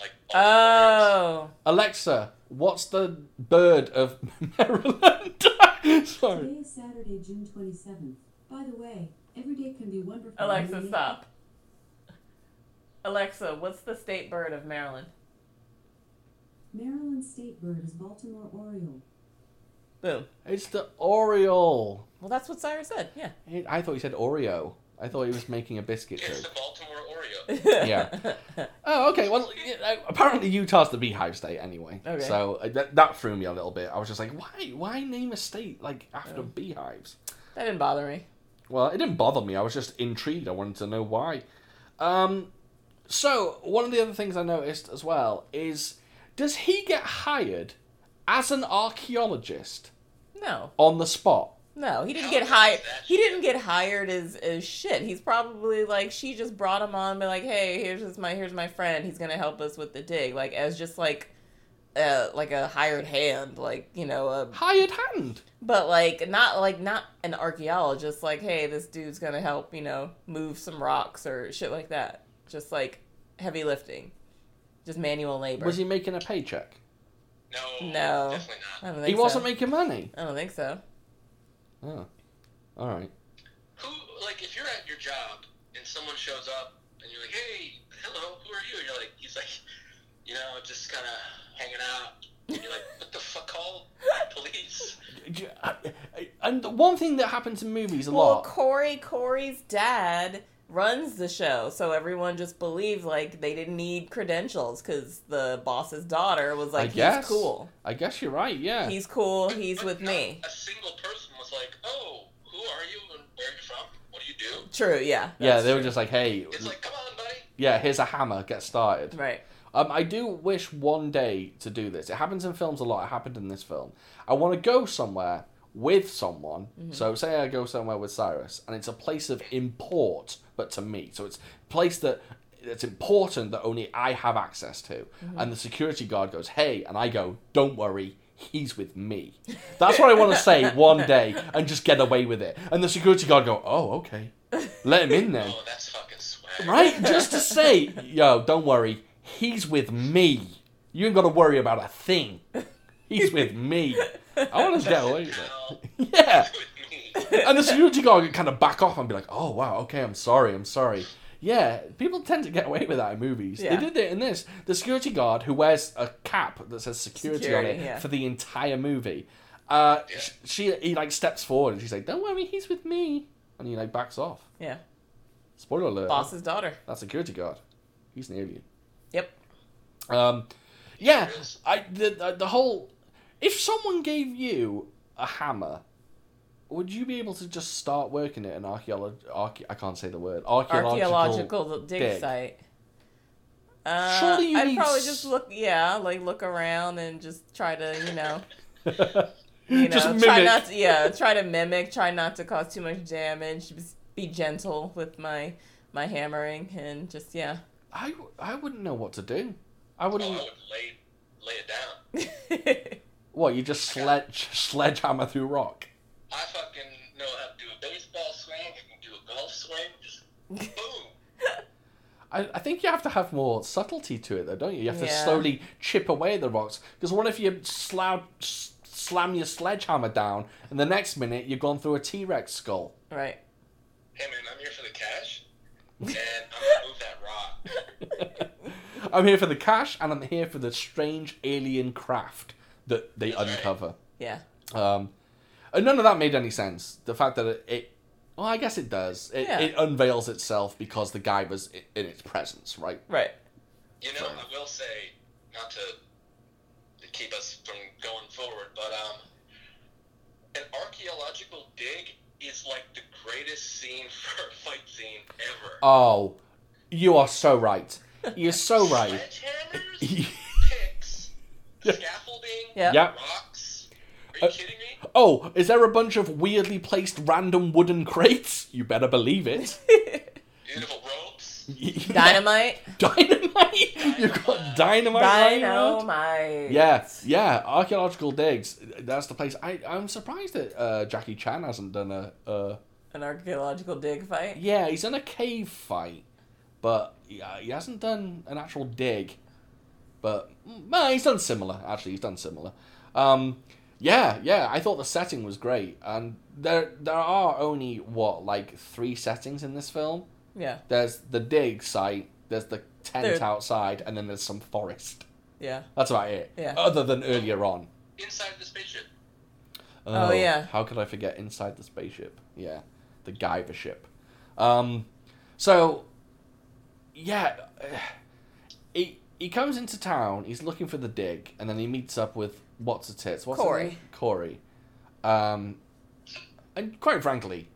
S3: Like. all
S2: Oh,
S1: Alexa, what's the bird of Maryland? Sorry.
S4: Today is Saturday, June 27th. By the way, every day can be wonderful.
S2: Alexa,
S4: Really?
S2: stop. Aalexa, what's the state bird of Maryland?
S4: Maryland state bird is Baltimore Oriole.
S2: Boom.
S1: It's the Oriole.
S2: Well, that's what Cyrus said. Yeah.
S1: It- I thought he said Oreo. I thought he was making a biscuit
S3: birds. It's
S1: joke.
S3: the Baltimore Oriole.
S1: Yeah. Oh, okay. Well, yeah, apparently Utah's the beehive state anyway.
S2: Okay.
S1: So uh, that, that threw me a little bit. I was just like, why? Why name a state like after
S2: Yeah.
S1: beehives?
S2: that didn't bother me.
S1: Well, it didn't bother me. I was just intrigued. I wanted to know why. Um, so one of the other things I noticed as well is, does he get hired as an archaeologist
S2: No,
S1: on the spot?
S2: no, he didn't
S3: How
S2: get
S3: is
S2: hired.
S3: that
S2: He didn't get hired as as shit. He's probably like she just brought him on, and be like, hey, here's this my here's my friend. He's gonna help us with the dig, like as just like uh, like a hired hand, like you know, a,
S1: Hired hand.
S2: but like not like not an archaeologist. Like, hey, this dude's gonna help you know move some rocks or shit like that. Just like heavy lifting, just manual labor.
S1: Was he making a paycheck?
S3: No,
S2: No.
S3: definitely
S2: I
S3: not.
S2: don't think
S1: He
S2: so.
S1: wasn't making money.
S2: I don't think so.
S1: Oh. All right.
S3: Who, like, if you're at your job and someone shows up and you're like, hey, hello, who are you? And you're like, he's like, you know, just kind of hanging out. And you're like, what the fuck? Call police.
S1: uh, And one thing that happens in movies a
S2: Well,
S1: lot.
S2: Corey, Corey's dad runs the show, so everyone just believed like they didn't need credentials because the boss's daughter was
S1: I
S2: like,
S1: guess.
S2: he's cool.
S1: I guess you're right. Yeah.
S2: He's cool. He's
S3: But
S2: with
S3: not
S2: me.
S3: A single person was like, oh, who are you and where are you from? What do you do?
S2: True. Yeah.
S1: yeah.
S2: that's
S1: They were just like, hey,
S3: It's like, come on, buddy.
S1: yeah. Here's a hammer. Get started.
S2: true. right.
S1: Um, I do wish one day to do this. It happens in films a lot. It happened in this film. I want to go somewhere with someone. So say I go somewhere with Cyrus, and it's a place of import, but to me, so it's a place that it's important that only I have access to. And the security guard goes, "Hey," and I go, "Don't worry." He's with me. That's what I want to say one day and just get away with it. And the security guard go, "Oh, okay, let him in then."
S3: Oh, that's fucking swag.
S1: Right? Just to say, yo, don't worry. He's with me. You ain't got to worry about a thing. He's with me. I want to get away with it.
S3: Now,
S1: Yeah.
S3: with me.
S1: And the security guard can kind of back off and be like, oh, wow, okay, I'm sorry, I'm sorry. Yeah, people tend to get away with that in movies.
S2: Yeah.
S1: They did it in this. The security guard who wears a cap that says security, on
S2: Security,
S1: it
S2: yeah.
S1: for the entire movie. Uh, sh- she he like steps forward and she's like, "Don't worry, he's with me," and he like backs off.
S2: Yeah.
S1: Spoiler alert:
S2: Boss's daughter.
S1: that security guard, he's an alien.
S2: Yep.
S1: Um, yeah, I the, the the whole. If someone gave you a hammer, would you be able to just start working at an archaeological? Arche- I can't say the word archaeological.
S2: Archaeological dig,
S1: dig.
S2: site. Uh,
S1: Surely you
S2: I'd
S1: need
S2: probably
S1: s-
S2: just look, yeah, like look around and just try to, you know, you know,
S1: just
S2: try
S1: mimic.
S2: not to, yeah, try to mimic, try not to cause too much damage, just be gentle with my my hammering and just yeah.
S1: I I wouldn't know what to do. I
S3: Oh, I
S1: wouldn't.
S3: would lay, lay it down.
S1: What you just sledge sledgehammer through rock?
S3: I fucking know how to do a baseball swing. I can do a golf swing. Just boom.
S1: I, I think you have to have more subtlety to it, though, don't you? You have to
S2: Yeah.
S1: slowly chip away at the rocks. Because what if you slow, s- slam your sledgehammer down, and the next minute you've gone through a T Rex skull?
S2: right.
S3: Hey man, I'm here for the cash, and I'm gonna move that rock.
S1: I'm here for the cash, and I'm here for the strange alien craft that they
S3: That's right.
S1: uncover.
S2: Yeah.
S1: Um, and none of that made any sense. The fact that it, it well, I guess it does. It,
S2: Yeah.
S1: it unveils itself because the guy was i- in its presence, right?
S2: Right.
S3: You know, I will say, not to to keep us from going forward, but um, an archaeological dig is like the greatest scene for a fight scene ever.
S1: Oh, you are so right. You're so Oh, right.
S3: Sledgehammers, picks, scaffolding,
S2: Yeah.
S1: Yep.
S3: rocks. Are you
S1: Uh,
S3: kidding me?
S1: Oh, is there a bunch of weirdly placed random wooden crates? You better believe it.
S3: Beautiful ropes.
S2: Dynamite.
S1: dynamite. You've got dynamite. lying around?
S2: Dynamite.
S1: Yeah, yeah. Archaeological digs. That's the place. I I'm surprised that uh, Jackie Chan hasn't done a. Uh,
S2: An archaeological dig fight.
S1: yeah, he's done a cave fight, but yeah, he hasn't done an actual dig. But mm, well, he's done similar. Actually, he's done similar. Um, yeah, yeah. I thought the setting was great, and there there are only what like three settings in this film.
S2: Yeah.
S1: There's the dig site. There's the tent
S2: There-
S1: outside, and then there's some forest.
S2: Yeah.
S1: That's about it.
S2: Yeah.
S1: Other than earlier on.
S3: Inside the spaceship.
S2: Oh, yeah.
S1: How could I forget inside the spaceship? Yeah, the Guyver ship. Um, so yeah, eh, he he comes into town. He's looking for the dig, and then he meets up with what's a tits? What's her
S2: Corey.
S1: name? Corey. Um, and quite frankly,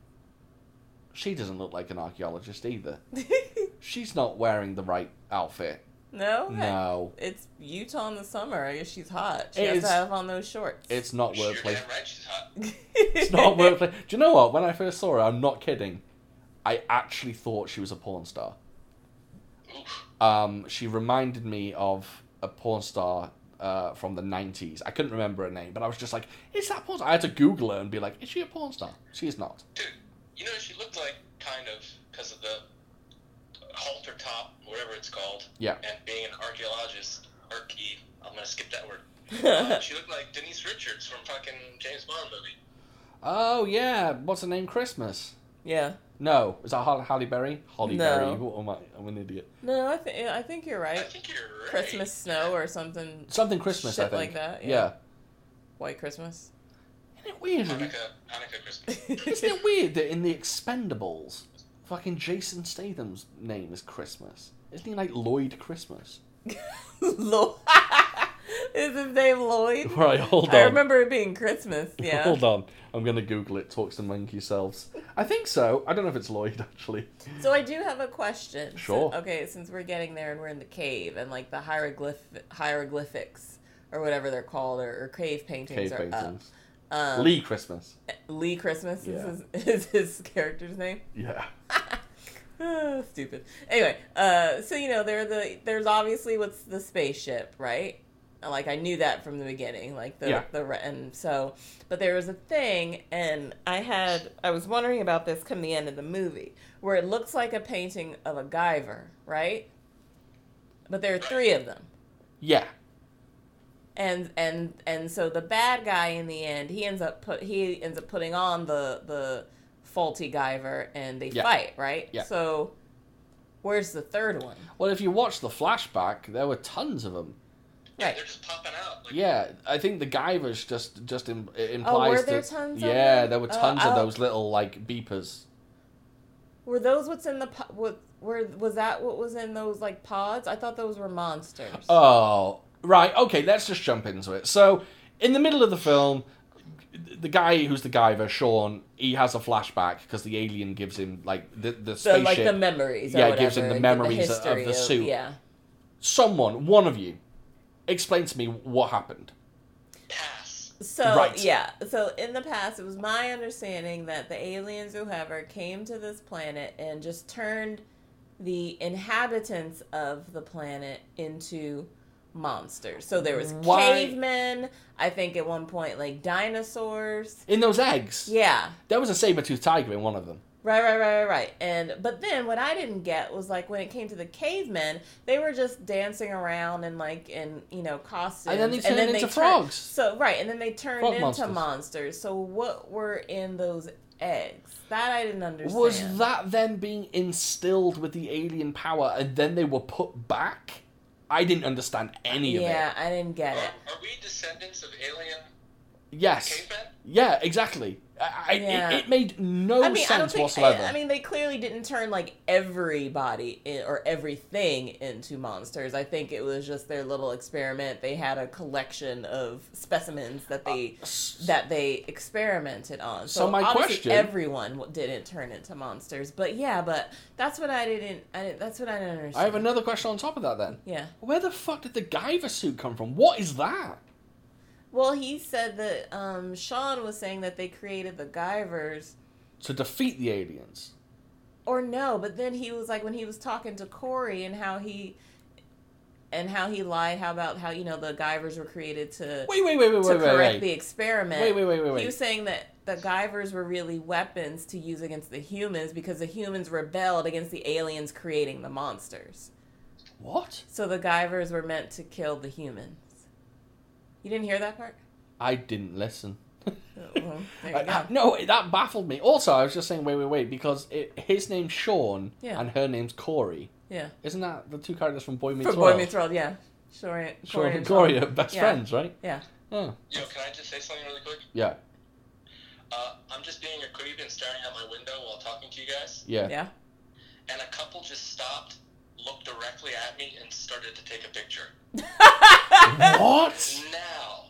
S1: she doesn't look like an archaeologist either. She's not wearing the right outfit.
S2: no.
S1: No,
S2: It's Utah in the summer. I guess she's hot. She
S1: It
S2: has
S1: is-
S2: to have on those shorts.
S1: it's not
S3: You're
S1: workplace.
S3: damn right she's hot.
S2: it's
S1: It's not workplace. Do you know what? When I first saw her, I'm not kidding. I actually thought she was a porn star.
S3: Oof.
S1: Um, she reminded me of a porn star uh, from the 90s. I couldn't remember her name, but I was just like, is that porn star? I had to Google her and be like, is she a porn star? She is not.
S3: Dude, you know she looked like kind of because of the halter top, whatever it's called,
S1: Yeah.
S3: and being an archaeologist, archae. I'm gonna skip that word. Uh, she looked like Denise Richards from fucking James Bond movie.
S1: Oh, yeah. What's her name? Christmas.
S2: yeah.
S1: No. Is that Halle Halle Berry? Holly
S2: No.
S1: Berry. What am I? I'm an idiot.
S2: No, I think I think you're
S3: I
S2: right.
S3: think you're right.
S2: Christmas snow or something.
S1: Something Christmas,
S2: Shit
S1: I think.
S2: like that, yeah. White Christmas.
S1: Isn't it weird? that-
S3: Hanukkah, Hanukkah Christmas.
S1: Isn't it weird that in The Expendables, fucking Jason Statham's name is Christmas? Isn't he like Lloyd Christmas?
S2: Lo- Is his name Lloyd?
S1: Right, hold on.
S2: I remember it being Christmas. Yeah.
S1: Hold on. I'm going to Google it. Talks to monkey selves. I think so. I don't know if it's Lloyd, actually.
S2: So I do have a question. So-
S1: Sure.
S2: okay, since we're getting there and we're in the cave and like the hieroglyph hieroglyphics or whatever they're called or, or cave paintings
S1: Cave
S2: are
S1: paintings.
S2: up. Um,
S1: Lee Christmas.
S2: Lee Christmas
S1: Yeah.
S2: is, his, is his character's name.
S1: Yeah.
S2: Ah, Stupid. Anyway, uh, so you know, there the there's obviously what's the spaceship, right? And, Like I knew that from the beginning, like the
S1: Yeah.
S2: the re- and so, but there was a thing, and I had I was wondering about this come the end of the movie, where it looks like a painting of a Guyver, right? But there are three of them,
S1: Yeah.
S2: and and and so the bad guy in the end, he ends up put he ends up putting on the the faulty Guyver, and they
S1: Yeah.
S2: fight, right?
S1: Yeah.
S2: So, where's the third one?
S1: Well, if you watch the flashback, there were tons of them.
S3: Yeah,
S2: Right.
S3: They're just popping out. Like,
S1: Yeah, I think the Guyver's just just im- it implies
S2: Oh, were there
S1: that.
S2: tons of
S1: yeah,
S2: them?
S1: there were
S2: Oh,
S1: tons of
S2: oh.
S1: those little like beepers.
S2: Were those what's in the po- what were was that what was in those like pods? I thought those were monsters.
S1: Oh, right. Okay, let's just jump into it. So, in the middle of the film, the guy who's the Guyver, Sean, he has a flashback because the alien gives him like the the
S2: so
S1: spaceship.
S2: like the memories. Or
S1: Yeah, it
S2: whatever,
S1: gives him the
S2: and
S1: memories of- of
S2: history
S1: the suit.
S2: Yeah.
S1: Someone, one of you, explain to me what happened.
S3: Pass.
S2: So
S1: Right.
S2: yeah. So in the past, it was my understanding that the aliens, whoever, came to this planet and just turned the inhabitants of the planet into monsters. So there was
S1: Why-
S2: cavemen. I think at one point like dinosaurs.
S1: In those eggs,
S2: Yeah.
S1: there was a saber-toothed tiger in one of them.
S2: Right, right, right, right, right. And but then what I didn't get was like when it came to the cavemen, they were just dancing around and like in you know costumes,
S1: And then they turned into
S2: turned-
S1: frogs.
S2: So right, and then they turned
S1: Frog
S2: into
S1: monsters.
S2: monsters. So what were in those eggs? That I didn't understand.
S1: Was that then being instilled with the alien power and then they were put back? I didn't understand any of
S2: Yeah,
S1: it.
S2: I didn't
S3: Are,
S2: get it.
S3: are we descendants of alien
S1: Yes.
S3: cavemen?
S1: Yeah, exactly. I, I-
S2: Yeah.
S1: It, it made no
S2: I mean, I don't
S1: sense
S2: think.
S1: whatsoever.
S2: I, I mean, they clearly didn't turn like everybody in, or everything into monsters. I think it was just their little experiment. They had a collection of specimens that
S1: Uh,
S2: they that they experimented on. So,
S1: So my
S2: obviously
S1: question-
S2: everyone w- didn't turn into monsters. But yeah, but that's what I didn't. I didn't that's what I didn't understand.
S1: I have another question on top of that then.
S2: Yeah.
S1: Where the fuck did the Guyver suit come from? What is that?
S2: Well, he said that um, Sean was saying that they created the Guyvers
S1: To defeat the aliens.
S2: or no but then he was like when he was talking to corey and how he and how he lied how about how you know the guyvers were created to
S1: Wait, wait, wait, wait,
S2: to
S1: wait,
S2: correct
S1: wait,
S2: the
S1: wait.
S2: experiment
S1: Wait, wait, wait, wait,
S2: he
S1: wait.
S2: was saying that the guyvers were really weapons to use against the humans because the humans rebelled against the aliens creating the monsters
S1: What?
S2: so the guyvers were meant to kill the humans you didn't hear that part
S1: I didn't listen.
S2: Oh, well, there
S1: I-
S2: you
S1: I-
S2: go.
S1: no, that baffled me. Also, I was just saying, wait, wait, wait, because it, his name's Sean
S2: Yeah.
S1: and her name's Corey.
S2: yeah
S1: Isn't that the two characters from Boy Meets
S2: for boy
S1: World?
S2: meets world yeah sure
S1: Sean and Corey are best
S2: Yeah.
S1: friends, right?
S2: yeah
S1: Oh,
S3: Yo, can I just say something really quick?
S1: yeah,
S3: Uh, I'm just being a creep and staring out my window while talking to you guys,
S1: yeah.
S2: yeah
S3: and a couple just stopped, looked directly at me, and started to take a picture.
S1: What?
S3: Now,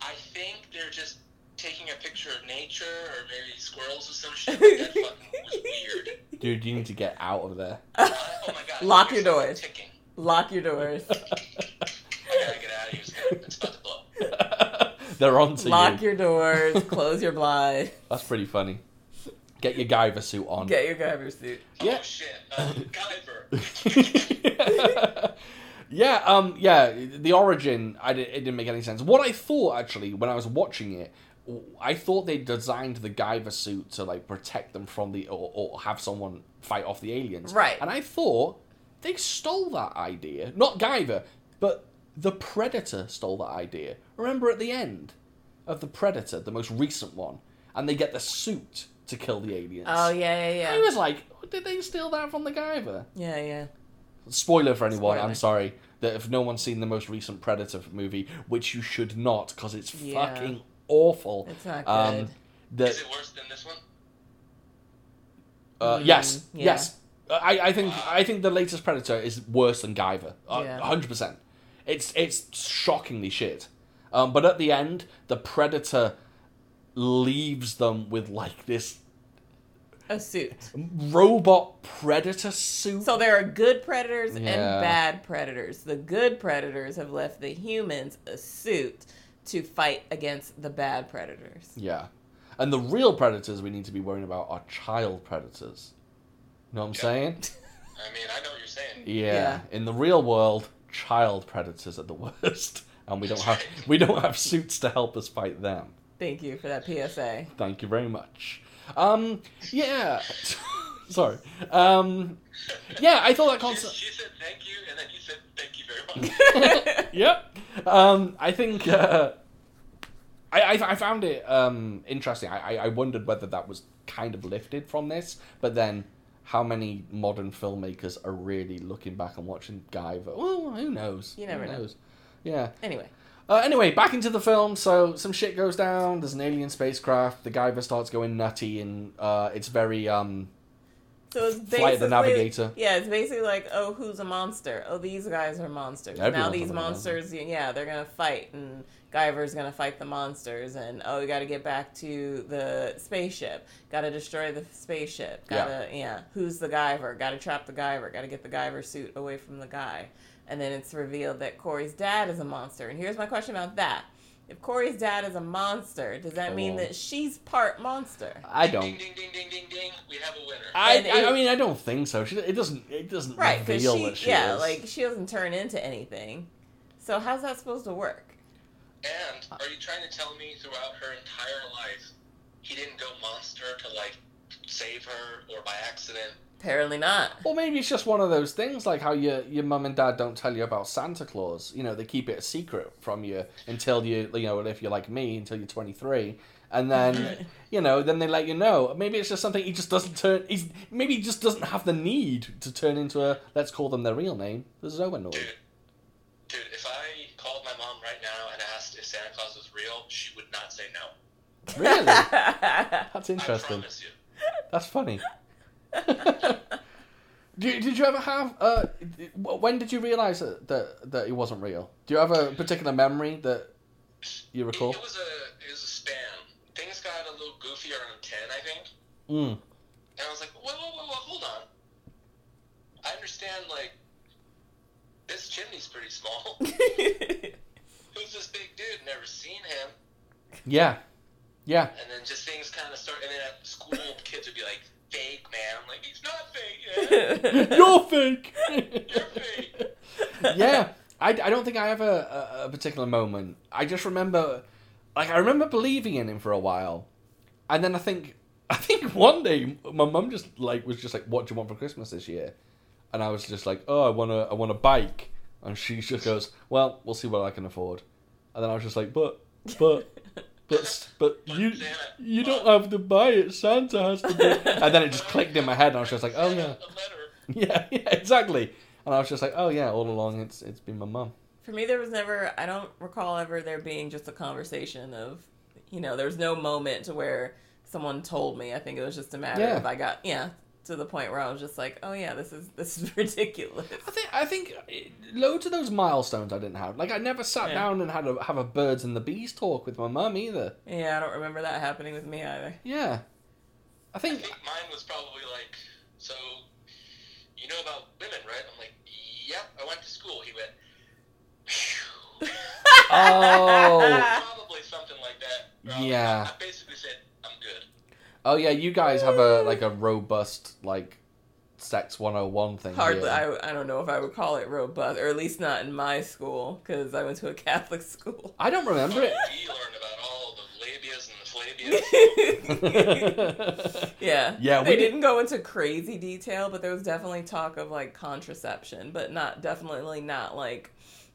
S3: I think they're just taking a picture of nature or maybe squirrels or some shit. That fucking was weird.
S1: Dude, you need to get out of there.
S3: I- oh my god.
S2: Lock
S3: here's
S2: your
S3: something
S2: doors.
S3: Ticking.
S2: lock your doors
S3: I gotta get out of here. it's- It's about to blow.
S1: They're on to
S2: Lock
S1: you.
S2: your doors, close your blinds,
S1: That's pretty funny. Get your Guyver suit on.
S3: Uh,
S2: get your driver's suit.
S1: Yeah.
S3: Oh shit. Uh, Guyver.
S1: Yeah, um, yeah, the origin, I di- it didn't make any sense. What I thought actually when I was watching it, w- I thought they designed the Guyver suit to like protect them from the or, or have someone fight off the aliens,
S2: Right.
S1: And I thought they stole that idea, not Guyver, but the Predator stole that idea. Remember at the end of the Predator, the most recent one, and they get the suit to kill the aliens.
S2: Oh yeah,
S1: I
S2: yeah, yeah.
S1: was like, did they steal that from the Guyver?
S2: Yeah, yeah.
S1: Spoiler for anyone,
S2: Spoiler.
S1: I'm sorry. That if no one's seen the most recent Predator movie, which you should not, because it's
S2: Yeah.
S1: fucking awful.
S2: It's not
S1: Um,
S2: good.
S3: Is
S1: that
S3: it worse than this one?
S1: uh,
S2: Mm,
S1: yes,
S2: yeah.
S1: yes. I, I think I think the latest Predator is worse than Guyver. uh,
S2: Yeah.
S1: hundred percent. It's it's shockingly shit. Um, but at the end, the Predator leaves them with like this
S2: A suit.
S1: robot Predator suit.
S2: So there are good predators
S1: Yeah.
S2: and bad predators. The good predators have left the humans a suit to fight against the bad predators.
S1: Yeah. And the real predators we need to be worrying about are child predators. You know what I'm
S3: Yeah.
S1: saying?
S3: I mean, I know what you're saying.
S1: Yeah.
S2: Yeah.
S1: In the real world, child predators are the worst. And we don't have we don't have suits to help us fight them.
S2: Thank you for that PSA.
S1: Thank you very much. Um yeah. Sorry. Um yeah, I thought that
S3: She,
S1: concept
S3: she said thank you, and then you said thank you very much.
S1: yep. Um, I think uh, I, I I found it um, interesting. I, I I wondered whether that was kind of lifted from this, but then how many modern filmmakers are really looking back and watching Guyver? Well, who knows?
S2: You never
S1: who
S2: know.
S1: knows? Yeah.
S2: Anyway,
S1: Uh, anyway, back into the film. So some shit goes down. There's an alien spacecraft. The Guyver starts going nutty, and uh, it's very um,
S2: so it's basically
S1: Flight of the Navigator.
S2: Yeah, it's basically like, oh, who's a monster? Oh, these guys are monsters. now
S1: Everyone's a
S2: these
S1: monster.
S2: monsters, yeah, they're gonna fight, and Guyver's gonna fight the monsters, and oh, we got to get back to the spaceship. Got to destroy the spaceship.
S1: Yeah.
S2: Gotta, yeah. Who's the Guyver? Got to trap the Guyver. Got to get the Guyver suit away from the guy. And then it's revealed that Corey's dad is a monster. And here's my question about that: If Corey's dad is a monster, does that mean
S1: Oh.
S2: that she's part monster?
S1: I
S3: Ding,
S1: don't. Ah.
S3: ding, ding, ding, ding, ding. We have a winner.
S1: I,
S2: And
S1: I, I
S2: it-
S1: mean I don't think so. She, it doesn't it doesn't
S2: Right, because
S1: reveal
S2: she,
S1: that she
S2: yeah,
S1: is.
S2: like she doesn't turn into anything. So how's that supposed to work?
S3: And are you trying to tell me throughout her entire life he didn't go monster to like save her or by accident?
S2: Apparently not.
S1: Or maybe it's just one of those things like how your your mum and dad don't tell you about Santa Claus. You know, they keep it a secret from you until you you know, if you're like me, until you're 23, and then you know, then they let you know. Maybe it's just something he just doesn't turn. He's maybe he just doesn't have the need to turn into a. Let's call them their real name, the Zoanoid.
S3: Dude, dude, if I called my mom right now and asked if Santa Claus was real, she would not say no.
S1: Really, that's
S3: I
S1: interesting.
S3: promise you.
S1: That's funny. Did, did you ever have uh, w- when did you realize that, that that it wasn't real? Do you have a particular memory that you recall?
S3: It, it was a it was a span. Things got a little goofy around ten, I think.
S1: Mm.
S3: And I was like, whoa, whoa, whoa, whoa, hold on. I understand, like, this chimney's pretty small. Who's this big dude? Never seen him.
S1: Yeah, yeah.
S3: And then just things kind of start. And then at school, kids would be like, fake, man. I'm like, he's not fake. Yeah,
S1: You're fake.
S3: you're fake.
S1: yeah, I, I don't think I have a, a, a particular moment. I just remember, like, I remember believing in him for a while, and then I think I think one day my mum just like was just like, "What do you want for Christmas this year?" And I was just like, "Oh, I want a I want a bike," and she just goes, "Well, we'll see what I can afford," and then I was just like, "But but." But, s- but you you don't have to buy it. Santa has to. Be. And then it just clicked in my head, and I was just like, "Oh yeah,
S3: A letter.
S1: yeah, yeah, exactly. And I was just like, oh yeah, all along it's it's been my mum.
S2: For me, there was never, I don't recall ever there being just a conversation of, you know, there was no moment to where someone told me. I think it was just a matter
S1: Yeah.
S2: of I got, yeah, to the point where I was just like, oh yeah, this is, this is ridiculous.
S1: I think I think it- loads of those milestones I didn't have. Like I never sat
S2: Yeah.
S1: down and had a have a birds and the bees talk with my mum either.
S2: Yeah, I don't remember that happening with me either.
S1: Yeah, I
S3: I
S1: think
S3: think mine was probably like, so you know about women, right? I'm like, yep, I went to school. He went, "Phew."
S1: oh
S3: probably something like that. Um,
S1: Yeah.
S3: I, I basically said, I'm good.
S1: oh yeah, you guys have a like a robust like sex 101 thing.
S2: Hardly,
S1: here.
S2: I, I don't know if I would call it robust, or at least not in my school, because I went to a Catholic school.
S1: I don't remember it.
S3: We learned about all the labias and the flabias.
S1: yeah,
S2: yeah.
S1: Yeah,
S2: They
S1: we
S2: didn't go into crazy detail, but there was definitely talk of like contraception, but not definitely not like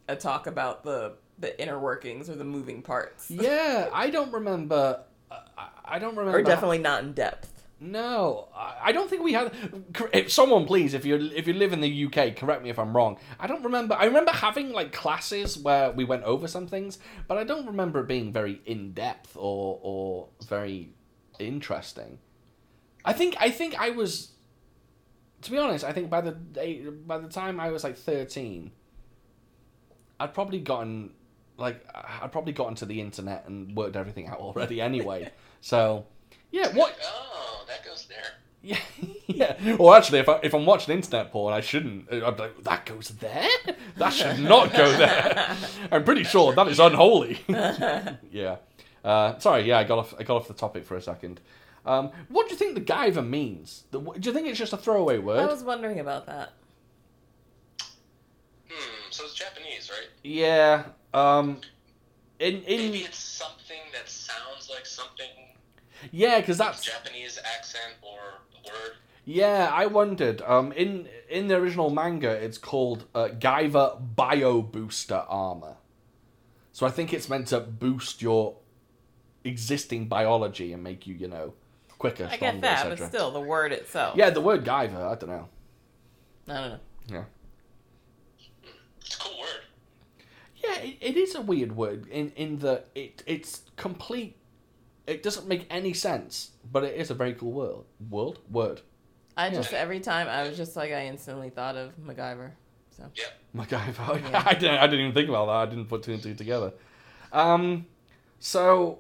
S2: a talk about the the inner workings or the moving parts.
S1: I don't remember. I, I don't remember.
S2: Or definitely not in depth.
S1: No, I I don't think we had. cor- If someone please, if you if you live in the UK, correct me if I'm wrong. I don't remember. I remember having like classes where we went over some things, but I don't remember it being very in depth or or very interesting. I think I think I was, to be honest, I think by the day, by the time I was like thirteen, I'd probably gotten like I'd probably gotten to the internet and worked everything out already anyway. so. Yeah, what
S3: Oh, that goes there.
S1: yeah, yeah. Well, actually, if, I, if I'm watching internet porn, I shouldn't. uh, I'd be like, that goes there? That should not go there. I'm pretty sure that is unholy. yeah. Uh, sorry, yeah, I got off. I got off the topic for a second. Um, what do you think the guy even means? The- Do you think it's just a throwaway
S2: I
S1: word?
S2: was wondering about that.
S3: Hmm, so it's Japanese, right?
S1: Yeah. Um, in
S3: Maybe
S1: in
S3: it's something that sounds like something
S1: yeah, because that's
S3: Japanese accent or word.
S1: Yeah, I wondered. Um, in in the original manga, it's called uh, Gaiva Bio Booster Armor. So I think it's meant to boost your existing biology and make you, you know, quicker,
S2: I
S1: stronger,
S2: get that, but
S1: etc.
S2: still, the word itself.
S1: Yeah, the word Gaiva. I don't know.
S2: I don't know.
S1: Yeah.
S3: It's a cool word.
S1: Yeah, it, it is a weird word in in the it it's complete. It doesn't make any sense, but it is a very cool word. World word.
S2: I
S1: Yeah.
S2: just every time I was just like I instantly thought of MacGyver. So
S3: Yep.
S1: MacGyver.
S2: Yeah.
S1: I didn't. I didn't even think about that. I didn't put two and two together. Um, so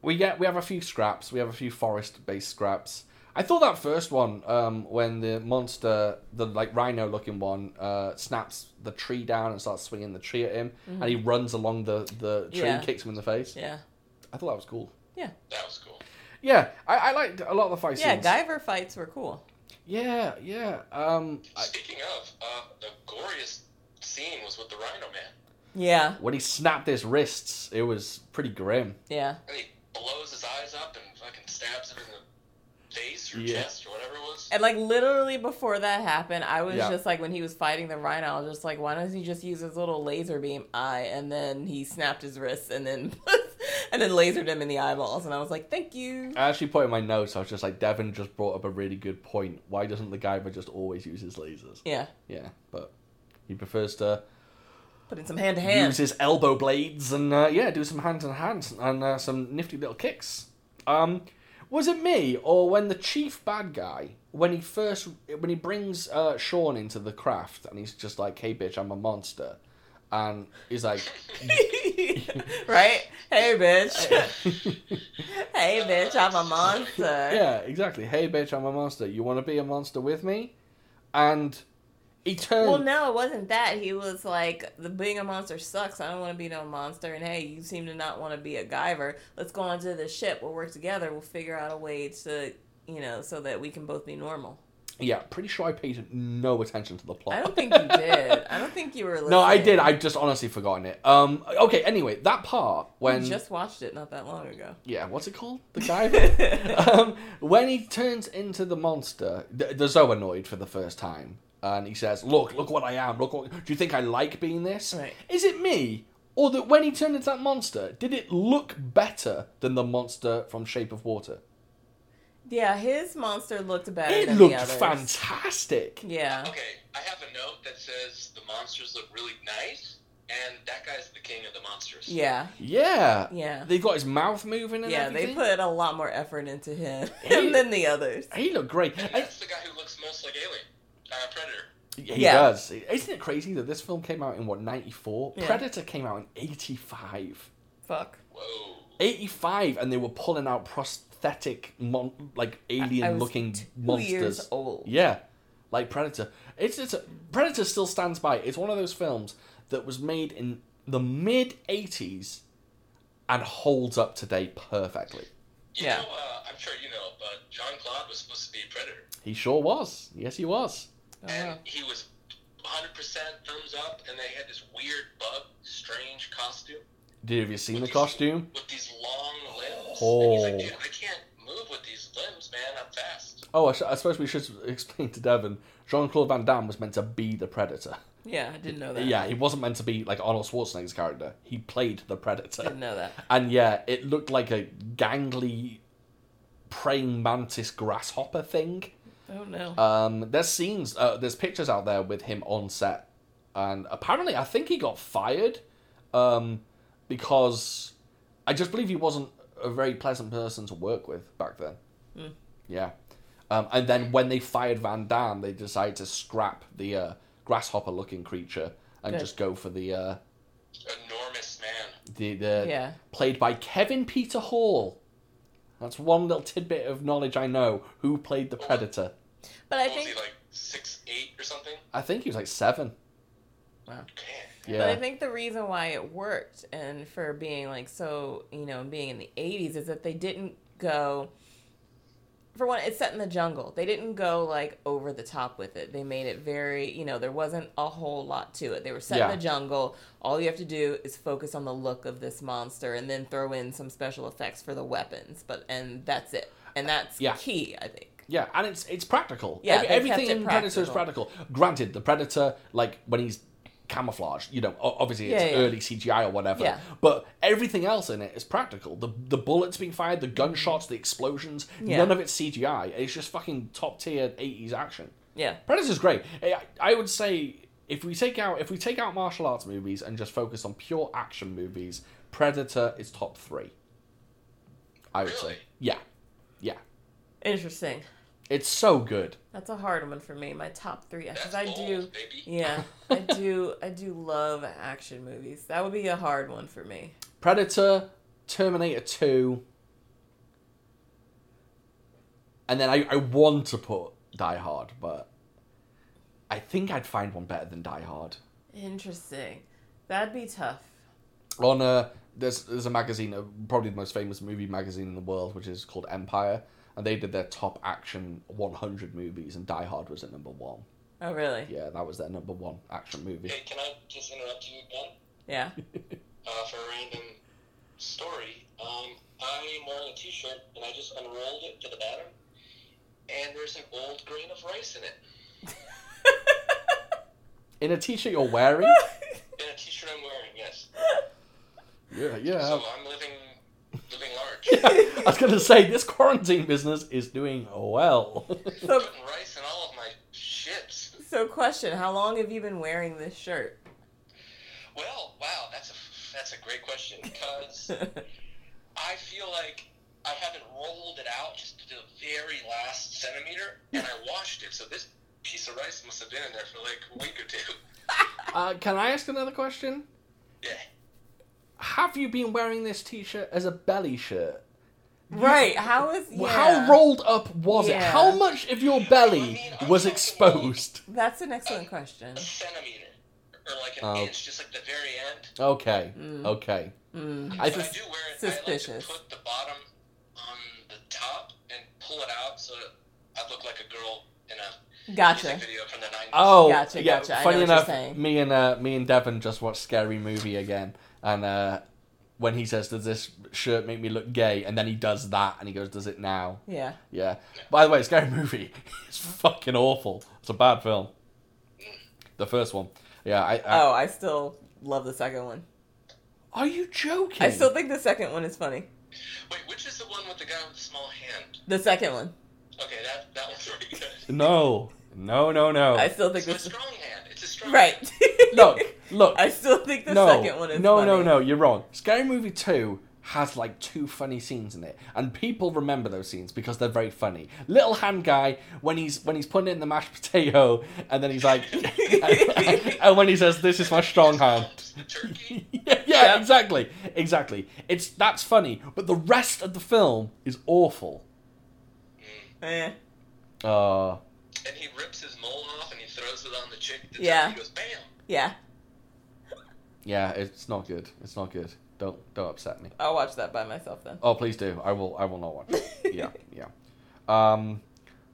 S1: we get we have a few scraps. We have a few forest based scraps. I thought that first one, um, when the monster, the like rhino looking one, uh, snaps the tree down and starts swinging the tree at him, and he runs along the the tree,
S2: Mm-hmm. Yeah.
S1: kicks him in the face.
S2: yeah,
S1: I thought that was cool.
S3: That was cool.
S1: Yeah, I, I liked a lot of the fight
S2: yeah,
S1: scenes.
S2: Guyver fights were cool.
S1: Yeah, yeah. Um, I,
S3: Speaking of, uh, the goriest scene was with the Rhino Man.
S2: Yeah,
S1: when he snapped his wrists, it was pretty grim.
S2: yeah,
S3: And he blows his eyes up and fucking stabs him in the face or
S1: Yeah.
S3: chest or whatever it was.
S2: and like literally before that happened, I was
S1: Yeah.
S2: just like when he was fighting the rhino, I was just like, why doesn't he just use his little laser beam eye? And then he snapped his wrists and then and then lasered him in the eyeballs, and I was like, thank you.
S1: I actually put in my notes, I was just like, Devin just brought up a really good point. Why doesn't the guy just always use his lasers?
S2: Yeah,
S1: Yeah, but he prefers to
S2: put in some hand to
S1: use
S2: hand.
S1: his elbow blades and, uh, yeah, do some hands on hands and uh, some nifty little kicks. Um, was it me or when the chief bad guy, when he first, when he brings uh, Sean into the craft and he's just like, hey, bitch, I'm a monster. And he's like,
S2: right? Hey, bitch. hey, bitch. I'm a monster.
S1: yeah, exactly. Hey, bitch, I'm a monster. You want to be a monster with me? And he turned.
S2: Well, no, it wasn't that. He was like, "The being a monster sucks. I don't want to be no monster." And hey, you seem to not want to be a Guyver. Let's go onto the ship. We'll work together. We'll figure out a way to, you know, so that we can both be normal.
S1: Yeah, pretty sure I paid no attention to the plot.
S2: I don't think you did. I don't think you were. Listening.
S1: no, I did. I just honestly forgotten it. Um. Okay. Anyway, that part
S2: I
S1: when
S2: just watched it not that long ago.
S1: yeah, what's it called? The guy. um, when he turns into the monster, the, the Zoanoid for the first time, and he says, "Look, look what I am. Look, what, do you think I like being this?
S2: Right.
S1: Is it me?" Or that when he turned into that monster, did it look better than the monster from Shape of Water?
S2: Yeah, his monster looked better.
S1: It
S2: than the
S1: looked
S2: others.
S1: fantastic.
S2: Yeah.
S3: Okay, I have a note that says the monsters look really nice, and that guy's the king of the monsters.
S2: Yeah.
S1: Yeah.
S2: Yeah.
S1: They got his mouth moving and
S2: Yeah. They
S1: everything.
S2: put a lot more effort into him
S1: He-
S2: than the others.
S1: He looked great.
S3: And
S1: I-
S3: that's the guy who looks most like Alien, uh, Predator.
S1: he
S2: Yeah.
S1: does. Isn't it crazy that this film came out in what ninety four?
S2: Yeah.
S1: Predator came out in eighty five.
S2: Fuck.
S3: Whoa.
S1: 85 and they were pulling out prosthetic mon- like alien
S2: I was
S1: looking
S2: Two years
S1: monsters
S2: old.
S1: yeah like predator it's, it's a, predator still stands by it's one of those films that was made in the mid 80s and holds up today perfectly
S3: You
S2: Yeah.
S3: know, uh, I'm sure you know, but John Claude was supposed to be a predator,
S1: He sure was. Yes, he was.
S2: Oh,
S3: and
S2: wow.
S3: he was 100% thumbs up. And they had this weird bug, strange costume
S1: Did have you seen
S3: With
S1: the
S3: these-
S1: costume?
S3: with these long limbs.
S1: Oh.
S3: And he's like, dude, I can't move with these limbs, man. I'm fast.
S1: Oh, I, sh- I suppose we should explain to Devon. Jean Claude Van Damme was meant to be the Predator.
S2: Yeah, I didn't know that.
S1: Yeah, he wasn't meant to be like Arnold Schwarzenegger's character. He played the Predator.
S2: didn't know that.
S1: And yeah, it looked like a gangly praying mantis grasshopper thing.
S2: Oh no.
S1: Um, there's scenes, uh, there's pictures out there with him on set, and apparently, I think he got fired um, because I just believe he wasn't a very pleasant person to work with back then.
S2: Hmm.
S1: Yeah, um, and then when they fired Van Damme, they decided to scrap the uh, grasshopper-looking creature and
S2: Good.
S1: just go for the uh,
S3: Enormous man.
S1: the the
S2: Yeah.
S1: played by Kevin Peter Hall. That's one little tidbit of knowledge I know. Who played the Predator?
S2: but I
S3: What was he
S2: think
S3: like six eight or something?
S1: I think he was like seven.
S3: Man.
S1: Yeah.
S2: But I think the reason why it worked and for being like so, you know, being in the 80s is that they didn't go. For one, it's set in the jungle. They didn't go like over the top with it. They made it very, you know, there wasn't a whole lot to it. They were set
S1: Yeah.
S2: in the jungle. All you have to do is focus on the look of this monster and then throw in some special effects for the weapons. But, and that's it. And that's
S1: Yeah.
S2: key, I think.
S1: Yeah, and it's it's practical.
S2: Yeah,
S1: Every-
S2: they kept
S1: everything
S2: it
S1: in Predator is practical. Granted, the Predator, like when he's camouflaged, you know, o- obviously it's
S2: Yeah, yeah.
S1: early CGI or whatever.
S2: Yeah.
S1: But everything else in it is practical. The the bullets being fired, the gunshots, the explosions,
S2: Yeah.
S1: none of it's CGI. It's just fucking top tier eighties action.
S2: Yeah.
S1: Predator's great. I, I would say if we take out if we take out martial arts movies and just focus on pure action movies, Predator is top three. I would say,
S3: Really?
S1: yeah, yeah,
S2: Interesting.
S1: it's so good.
S2: That's a hard one for me. My top three, because
S3: That's
S2: I
S3: old,
S2: do,
S3: baby.
S2: yeah, I do, I do love action movies. That would be a hard one for me.
S1: Predator, Terminator 2, and then I, I want to put Die Hard, but I think I'd find one better than Die Hard.
S2: Interesting. That'd be tough.
S1: On a, there's, there's a magazine, uh, probably the most famous movie magazine in the world, which is called Empire, and they did their top action 100 movies, and Die Hard was at number one.
S2: Oh, really?
S1: Yeah, that was their number one action movie.
S3: Hey, can I just interrupt you again?
S2: Yeah.
S3: uh, for a random story. Um, I'm wearing a T-shirt and I just unrolled it to the bottom, and there's an old grain of rice in it.
S1: In a t shirt you're wearing?
S3: In a T-shirt I'm wearing, yes.
S1: yeah, yeah.
S3: So I'm living, living large.
S1: I was going to say, this quarantine business is doing well.
S2: so,
S3: Putting rice in all of my shits.
S2: so question: How long have you been wearing this shirt?
S3: Well, wow, that's a that's a great question because I feel like I haven't rolled it out just to the very last centimeter, and I washed it. So this piece of rice must have been in there for like a week or two.
S1: Uh, can I ask another question?
S3: Yeah.
S1: Have you been wearing this t-shirt as a belly shirt?
S2: right? How is yeah?
S1: How rolled up was it?
S2: Yeah.
S1: How much of your belly
S3: I mean,
S1: was
S3: I'm
S1: exposed?
S2: That's an excellent question.
S3: a centimeter or like an
S1: Oh.
S3: inch, just like the very end.
S1: Okay, okay.
S2: Mm.
S1: I
S3: but
S1: just
S3: I do wear it. I
S2: suspicious.
S3: like to put the bottom on the top and pull it out so that I look like a girl in a
S2: Gotcha.
S3: music video from the 90s.
S1: oh
S2: Gotcha,
S1: yeah.
S2: gotcha. I know
S1: Funny
S2: what you're
S1: enough,
S2: saying.
S1: me and uh, me and Devon just watched Scary Movie again, and uh, when he says, "Does this shirt make me look gay?" and then he does that, and he goes, "Does it now?"
S2: Yeah.
S1: Yeah. By the way, Scary Movie is fucking awful. It's a bad film. The first one. Yeah. I, I
S2: Oh, I still love the second one.
S1: Are you joking?
S2: I still think the second one is funny.
S3: Wait, which is the one with the guy with the small hand?
S2: The second one.
S3: Okay, that that one's pretty good.
S1: No, no, no, no.
S2: I still think
S3: It's a
S2: this.
S3: strong hand. It's a strong hand.
S2: Right.
S1: Oh. Look, look.
S2: I still think the
S1: no,
S2: second one is
S1: no, no,
S2: funny.
S1: no. You're wrong. Scary Movie Two has like two funny scenes in it, and people remember those scenes because they're very funny. Little hand guy when he's when he's putting in the mashed potato, and then he's like, and when he says, "This is my strong hand."
S3: Turkey.
S1: yeah, exactly, exactly. It's that's funny, but the rest of the film is awful.
S2: Eh.
S1: Uh,
S3: And he rips his mole off and he throws it on the chick. that's-
S2: Yeah.
S3: He goes, bam.
S2: Yeah.
S1: yeah, it's not good. It's not good. Don't don't upset me.
S2: I'll watch that by myself then.
S1: Oh, please do. I will. I will not watch. It. yeah, yeah. Um,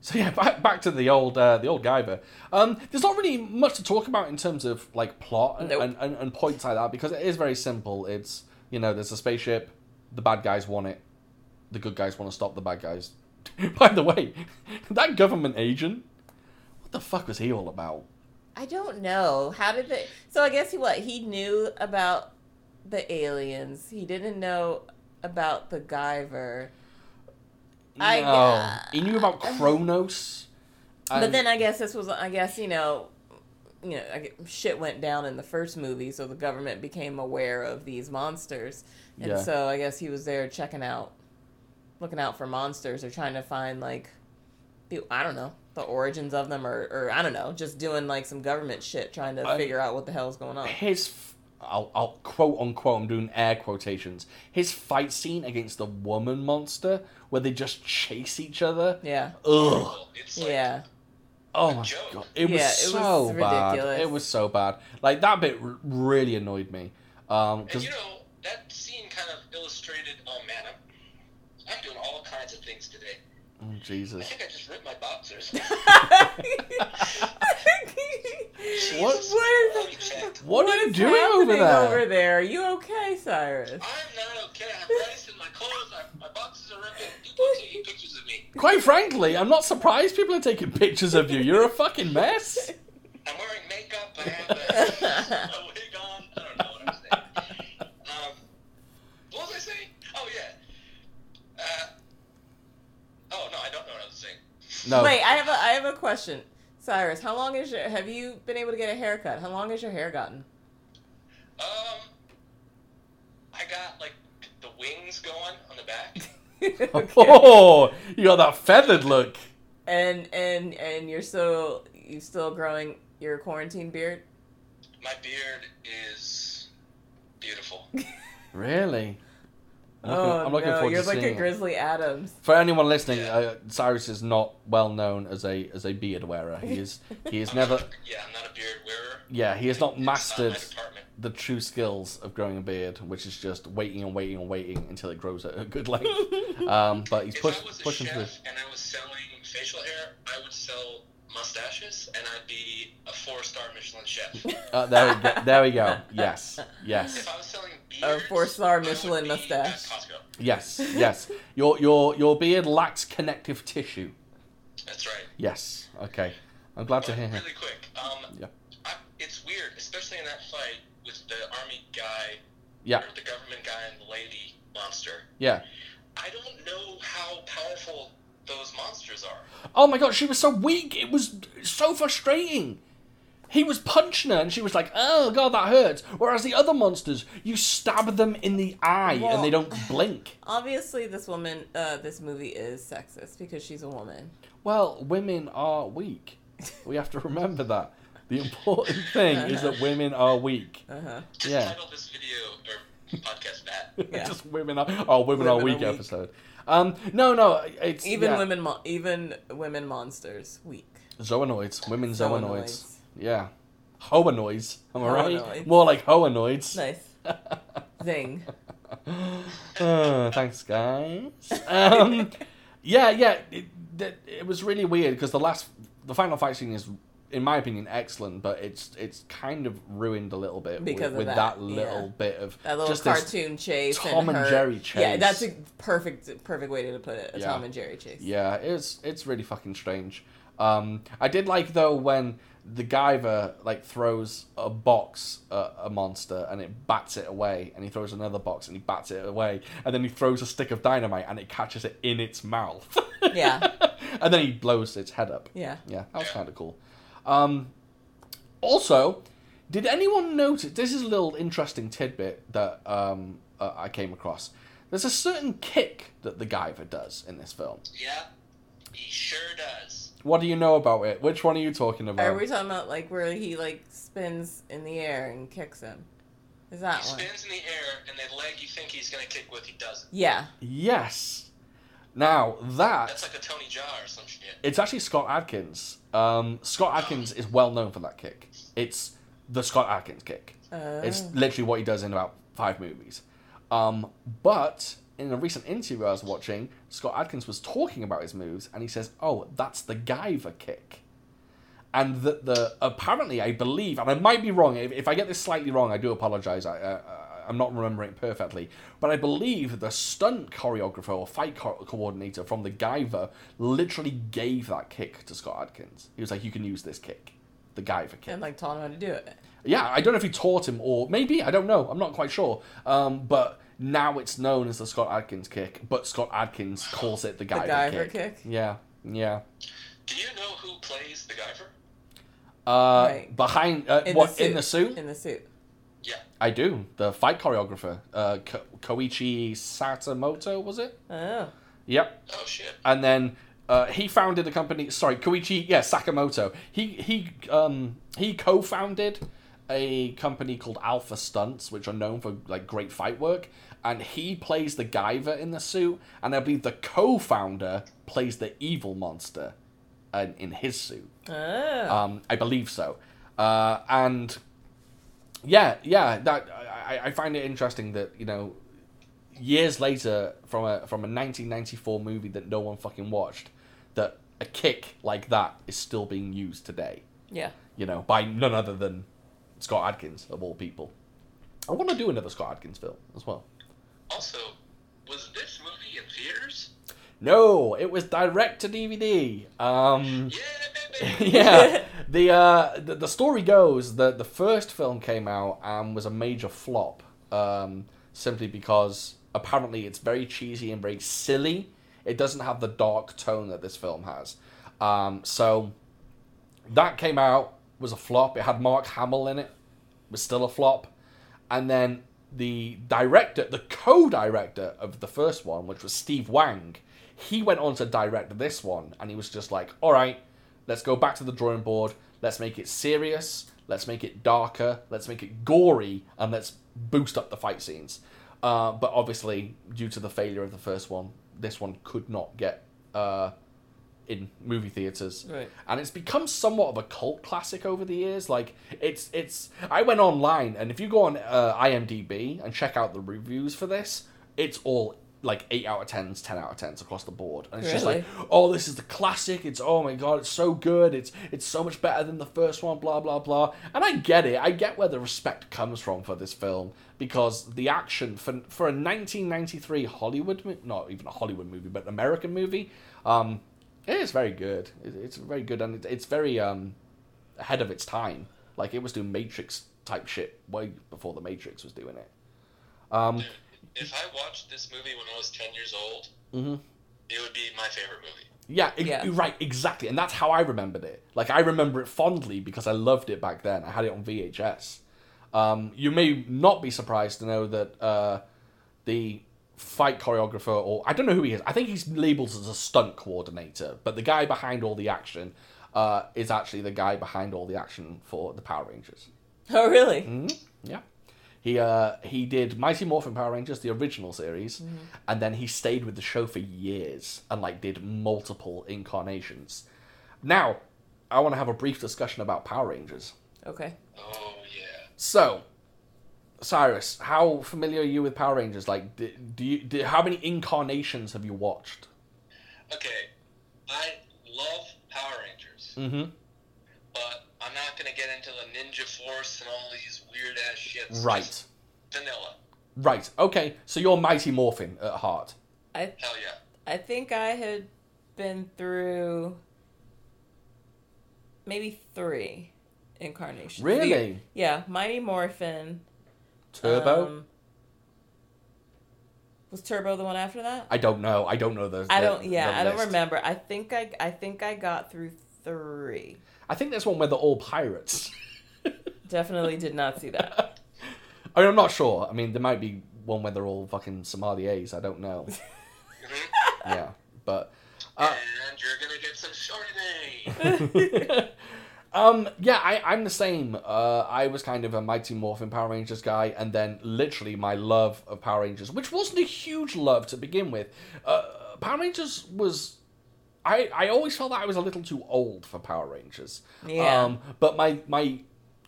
S1: so yeah, back, back to the old uh, the old Guyver. Um, there's not really much to talk about in terms of like plot and,
S2: Nope.
S1: and, and, and points like that because it is very simple. It's you know there's a spaceship, the bad guys want it, the good guys want to stop the bad guys. By the way, that government agent, what the fuck was he all about?
S2: I don't know. How did they? So I guess he what he knew about the aliens. He didn't know about the Guyver. I- uh,
S1: he knew about Kronos.
S2: but then I guess this was I guess you know, you know I get- shit went down in the first movie, so the government became aware of these monsters, and
S1: Yeah.
S2: so I guess he was there checking out, looking out for monsters or trying to find like, the I don't know the origins of them or or I don't know just doing like some government shit trying to
S1: I-
S2: figure out what the hell's going on.
S1: his f- I'll, I'll quote unquote i'm doing air quotations his fight scene against the woman monster where they just chase each other
S2: Yeah.
S1: Ugh.
S3: It's like,
S2: Yeah.
S1: oh my
S3: Joke.
S1: god it was
S2: Yeah, it
S1: so
S2: was
S1: bad
S2: ridiculous.
S1: it was so bad like that bit r- really annoyed me um
S3: And
S1: because
S3: you know, that scene kind of illustrated. Oh man, I'm, I'm doing all kinds of things today. I
S1: oh, jesus
S3: think I just ripped my boxers.
S2: what? What
S3: Holy
S2: is?
S3: shit.
S1: what are you
S2: is
S1: doing over
S2: happening
S1: there?
S2: Over there? Are you okay, Cyrus?
S3: I'm not okay. I'm rice in my clothes. I, my boxes are ripping. People are taking pictures of me.
S1: quite frankly i'm not surprised people are taking pictures of you you're a fucking mess
S3: I'm wearing makeup. I have a, a wig on. I don't know what I'm saying. Um, what was I saying? Oh yeah. Uh, oh no, I don't know what I was saying.
S1: no
S2: Wait, I have a I have a question, Cyrus. How long is your Have you been able to get a haircut? How long has your hair gotten?
S3: Um, I got like the wings going on the back.
S2: okay.
S1: oh you got that feathered look
S2: And and and you're so you still growing your quarantine beard?
S3: My beard is beautiful.
S1: really I'm looking,
S2: oh
S1: I'm looking
S2: no,
S1: forward
S2: you're
S1: to
S2: like
S1: seeing
S2: a
S1: it.
S2: Grizzly Adams.
S1: For anyone listening, uh, Cyrus is not well known as a as a beard wearer. He is he is
S3: I'm
S1: never
S3: not- yeah, I'm not a beard wearer.
S1: yeah he has not
S3: It's my
S1: mastered
S3: department.
S1: the true skills of growing a beard, which is just waiting and waiting and waiting until it grows at a good length. um, but he's
S3: If
S1: push,
S3: I was a
S1: pushing through.
S3: chef and I was selling facial hair, I would sell mustaches and I'd be a four-star Michelin chef.
S1: Uh, there, we go, there we go. Yes, yes,
S3: if I was selling beards,
S2: four-star
S3: I would
S2: Michelin
S3: be
S2: mustache.
S3: At Costco.
S1: yes, yes. Your your your beard lacks connective tissue.
S3: That's right.
S1: Yes. Okay. I'm glad to
S3: But
S1: hear.
S3: really quick, um,
S1: Yeah.
S3: I, it's weird, especially in that fight with the army guy,
S1: Yeah.
S3: or the government guy and the lady monster.
S1: Yeah.
S3: I don't know how powerful those monsters are.
S1: Oh my god, she was so weak. It was so frustrating. He was punching her, and she was like, "Oh god, that hurts." Whereas the other monsters, you stab them in the eye,
S2: Well-
S1: and they don't blink.
S2: Obviously, this woman, uh, this movie is sexist because she's a woman.
S1: Well, women are weak. We have to remember that. The important thing is that women are weak.
S2: Uh huh.
S3: Just
S1: Yeah.
S3: title this video or podcast that.
S2: Yeah.
S1: Just women are. Oh, women, are
S2: Women
S1: weak
S2: are weak.
S1: episode. Um, no, no, it's
S2: Even
S1: yeah.
S2: women, mon even women monsters, weak.
S1: Zoonoids, women zoonoids.
S2: Zoonoids.
S1: Yeah, hoanoids. Am I right?
S2: Hoanoids.
S1: More like hoanoids.
S2: Nice thing.
S1: Uh, thanks, guys. Um, yeah, yeah. It, that- it was really weird because the last, the final fight scene is, in my opinion, excellent, but it's it's kind of ruined a little bit
S2: Because
S1: with, with
S2: of
S1: that,
S2: that, yeah.
S1: little bit of
S2: That little
S1: just this-
S2: cartoon chase.
S1: Tom and
S2: her-
S1: Jerry
S2: Yeah,
S1: chase.
S2: that's a perfect, perfect way to put it. A
S1: Yeah.
S2: Tom and Jerry chase.
S1: yeah, it's it's really fucking strange. Um, I did like though when the Guyver like throws a box at a monster and it bats it away, and he throws another box and he bats it away, and then he throws a stick of dynamite and it catches it in its mouth.
S2: Yeah.
S1: and then he blows its head up.
S2: Yeah.
S1: Yeah, that was kind of cool. Um, also, did anyone notice? This is a little interesting tidbit that um, uh, I came across. There's a certain kick that the Guyver does in this film.
S3: Yeah, he sure does.
S1: What do you know about it? Which one are you talking about?
S2: Are we talking about like where he like spins in the air and kicks him? Is
S3: He
S2: that one?
S3: spins in the air, and the leg you think he's gonna kick with, he doesn't.
S2: Yeah.
S1: Yes. Now
S3: That's
S1: that
S3: like a Tony Jaa or some shit.
S1: it's actually Scott Adkins. Um, Scott Adkins is well known for that kick. It's the Scott Adkins kick.
S2: Uh,
S1: It's literally what he does in about five movies. Um, but in a recent interview I was watching, Scott Adkins was talking about his moves, and he says, "Oh, that's the Guyver kick." and that the apparently I believe, and I might be wrong. If, if I get this slightly wrong, I do apologize. I, uh, I'm not remembering it perfectly, but I believe the stunt choreographer or fight co- coordinator from the Guyver literally gave that kick to Scott Adkins. He was like, "You can use this kick." The Guyver kick.
S2: and like taught him how to do it.
S1: Yeah, I don't know if he taught him or maybe I don't know. I'm not quite sure. Um, but now it's known as the Scott Adkins kick, but Scott Adkins calls it the Guyver,
S2: Guyver
S1: kick.
S2: kick?
S1: Yeah, yeah.
S3: Do you know who plays the Guyver?
S1: Uh,
S2: Right.
S1: Behind uh, what in the suit?
S2: In the suit.
S3: Yeah.
S1: I do. The fight choreographer, uh, Ko- Koichi Satamoto, was it?
S2: Oh,
S1: Yep.
S3: Oh shit.
S1: And then uh, he founded a company. Sorry, Koichi. Yeah, Sakamoto. He he um he co-founded a company called Alpha Stunts, which are known for like great fight work. And he plays the Guyver in the suit, and I believe the co-founder plays the evil monster, uh, in his suit.
S2: oh.
S1: Um, I believe so. Uh, and yeah, yeah, that I, I- I find it interesting that you know years later from a from a 1994 movie that no one fucking watched, that a kick like that is still being used today.
S2: yeah.
S1: You know, by none other than Scott Adkins of all people. I want to do another Scott Adkins film as well.
S3: Also, was this movie in theaters?
S1: No, it was direct to DVD. Um,
S3: Yeah, baby.
S1: yeah. The, uh, the the story goes that the first film came out and was a major flop, um, simply because apparently it's very cheesy and very silly. It doesn't have the dark tone that this film has. Um, so that came out was a flop. It had Mark Hamill in it, was still a flop. And then the director, the co-director of the first one, which was Steve Wang, he went on to direct this one, and he was just like, "All right, let's go back to the drawing board. Let's make it serious. Let's make it darker. Let's make it gory, and let's boost up the fight scenes." Uh, but obviously, due to the failure of the first one, this one could not get uh, in movie theaters
S2: Right.
S1: and it's become somewhat of a cult classic over the years. Like it's it's I went online and if you go on uh, IMDb and check out the reviews for this, it's all like eight out of tens, ten out of tens across the board, and it's just like, oh, this is the classic. It's oh my god, it's so good. It's it's so much better than the first one. Blah blah blah. And I get it. I get where the respect comes from for this film because the action for for a 1993 Hollywood, mo- not even a Hollywood movie, but an American movie. Um, it is very good. It- It's very good, and it- it's very um, ahead of its time. Like it was doing Matrix type shit way before the Matrix was doing it. Um,
S3: If I watched this movie when I was 10 years old,
S1: Mhm.
S3: it would be my favorite movie.
S1: yeah, ex-
S2: Yeah.
S1: right, exactly, and that's how I remembered it. Like I remember it fondly because I loved it back then. I had it on VHS. Um, you may not be surprised to know that uh, the fight choreographer, or I don't know who he is. I think he's labeled as a stunt coordinator, but the guy behind all the action uh, is actually the guy behind all the action for the Power Rangers.
S2: Oh, really?
S1: Mm-hmm. Yeah. He uh, he did Mighty Morphin Power Rangers, the original series,
S2: Mm-hmm.
S1: and then he stayed with the show for years and like did multiple incarnations. Now, I want to have a brief discussion about Power Rangers.
S2: Okay.
S3: Oh, yeah.
S1: So, Cyrus, how familiar are you with Power Rangers? Like, do, do you do, how many incarnations have you watched?
S3: Okay, I love Power Rangers,
S1: Mm-hmm.
S3: but I'm not going to get into the Ninja Force and all these weird ass shits.
S1: Right,
S3: Just vanilla.
S1: right, okay. So you're Mighty Morphin at heart.
S2: I
S3: Hell yeah.
S2: I think I had been through maybe three incarnations.
S1: Really?
S2: yeah, Mighty Morphin.
S1: Turbo.
S2: um, was Turbo the one after that?
S1: I don't know. I don't know the.
S2: I
S1: the-
S2: don't. Yeah,
S1: the
S2: I don't
S1: list.
S2: remember. I think I. I think I got through three.
S1: I think there's one where they're all pirates.
S2: Definitely did not see that.
S1: I mean, I'm not sure. I mean, there might be one where they're all fucking Somalis. I don't know.
S3: Mhm.
S1: yeah, but uh,
S3: and you're going to get some Chardonnay.
S1: um, yeah, I, I'm the same. Uh, I was kind of a Mighty Morphin Power Rangers guy, and then literally my love of Power Rangers, which wasn't a huge love to begin with. Uh, Power Rangers was. I, I always felt that I was a little too old for Power Rangers.
S2: Yeah.
S1: Um, but my my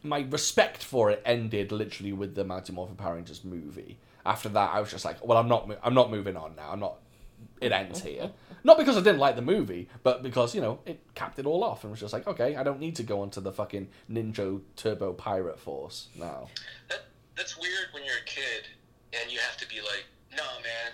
S1: my respect for it ended literally with the Mighty Morphin Power Rangers movie. after that, I was just like, well, I'm not, mo- I'm not moving on now. I'm not. It ends here. Not because I didn't like the movie, but because you know it capped it all off and was just like, okay, I don't need to go onto the fucking Ninja Turbo Pirate Force now.
S3: That, that's weird when you're a kid and you have to be like, nah, man,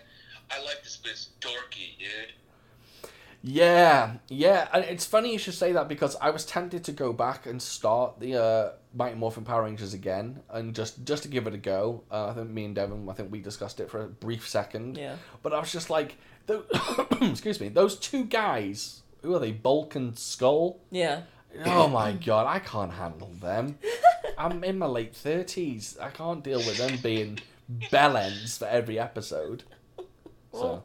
S3: I like this, but it's dorky, dude.
S1: Yeah, yeah, and it's funny you should say that because I was tempted to go back and start the uh, Mighty Morphin Power Rangers again, and just just to give it a go. Uh, I think me and Devon, I think we discussed it for a brief second.
S2: Yeah.
S1: But I was just like, tho- excuse me, those two guys, who are they, Bulk and Skull?
S2: Yeah.
S1: Oh my god, I can't handle them. I'm in my late thirties. I can't deal with them being bellends for every episode. So.
S2: Well,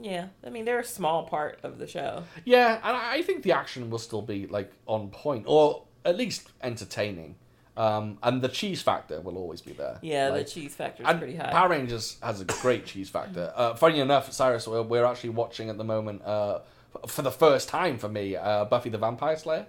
S2: Yeah. I mean, they're a small part of the show.
S1: Yeah, and I I think the action will still be like on point, or at least entertaining. Um, and the cheese factor will always be there.
S2: Yeah,
S1: Like,
S2: the cheese factor is
S1: and
S2: pretty high.
S1: Power Rangers has a great cheese factor. Uh, funny enough, Cyrus, we're, we're actually watching at the moment uh, f- for the first time for me uh, Buffy the Vampire Slayer.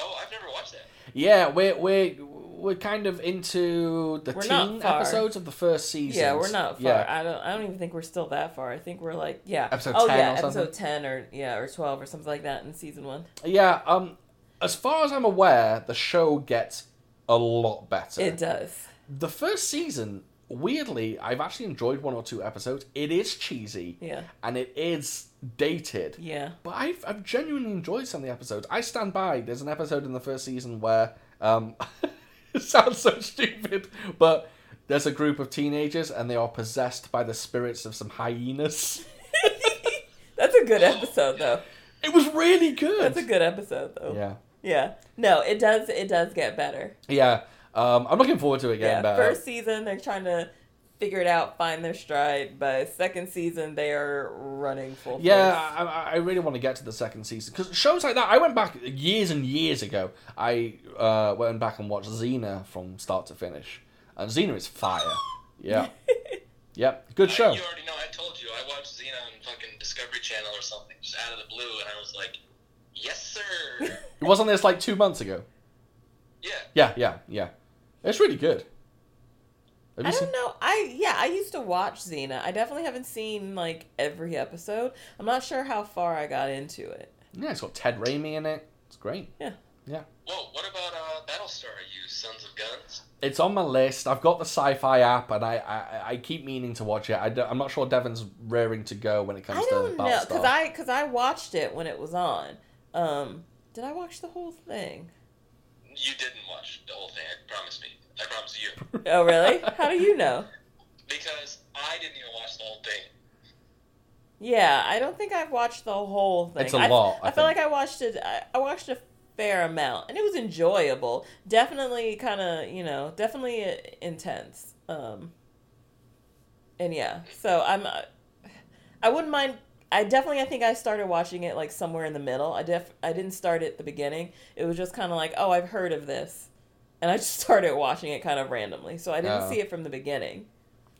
S3: Oh, I've never watched that.
S1: Yeah, we're we're we're kind of into the
S2: We're not
S1: teen
S2: far.
S1: episodes of the first season.
S2: yeah, we're not far.
S1: Yeah,
S2: I don't. I don't even think we're still that far. I think we're like yeah.
S1: Episode
S2: oh
S1: 10
S2: yeah,
S1: or
S2: episode
S1: something?
S2: ten or yeah or twelve or something like that in season one.
S1: yeah. Um, as far as I'm aware, the show gets a lot better.
S2: It does.
S1: The first season, weirdly, I've actually enjoyed one or two episodes. It is cheesy.
S2: Yeah.
S1: And it is dated.
S2: Yeah.
S1: But I've, I've genuinely enjoyed some of the episodes. I stand by. There's an episode in the first season where um, it sounds so stupid, but there's a group of teenagers and they are possessed by the spirits of some hyenas.
S2: That's a good episode though.
S1: It was really good.
S2: That's a good episode though.
S1: yeah,
S2: Yeah. No, it does. It does get better.
S1: yeah. Um, I'm looking forward to it
S2: Yeah.
S1: again. but
S2: First season, they're trying to figure it out, find their stride. By second season, they are running full.
S1: um, Yeah,
S2: force.
S1: I, I- I really want to get to the second season because shows like that. I went back years and years ago. I uh, went back and watched Xena from start to finish, and Xena is fire. Yeah, yep, good
S3: I,
S1: show.
S3: you already know. I told you. I watched Xena on fucking Discovery Channel or something, just out of the blue, and I was like, yes, sir.
S1: It wasn't this like two months ago.
S3: yeah.
S1: Yeah, yeah, yeah. It's really good. Have
S2: I
S1: you seen?
S2: don't know. I yeah, I used to watch Xena. I definitely haven't seen like every episode. I'm not sure how far I got into it.
S1: Yeah, it's got Ted Raimi in it. It's great.
S3: Whoa, what about uh, Battlestar, you sons of guns?
S1: It's on my list. I've got the Sci-Fi app, and I I, I keep meaning to watch it. I am not sure Devon's raring to go when it comes
S2: I
S1: to
S2: don't know
S1: Battlestar.
S2: because I because I watched it when it was on. Um, did I watch the whole thing?
S3: You didn't watch the whole thing, I promise me. I promise you.
S2: Oh really? how do you know?
S3: Because I didn't even watch the whole thing.
S2: Yeah, I don't think I've watched the whole thing.
S1: It's a
S2: I-
S1: lot,
S2: I,
S1: I
S2: feel
S1: think.
S2: like I watched it. I, I watched a fair amount, and it was enjoyable. Definitely, kind of, you know, definitely uh, intense. Um, and yeah, so I'm. uh, I wouldn't mind. I definitely, I think I started watching it like somewhere in the middle. I def, I didn't start at the beginning. It was just kind of like, oh, I've heard of this, and I just started watching it kind of randomly. So I didn't
S1: Oh.
S2: see it from the beginning.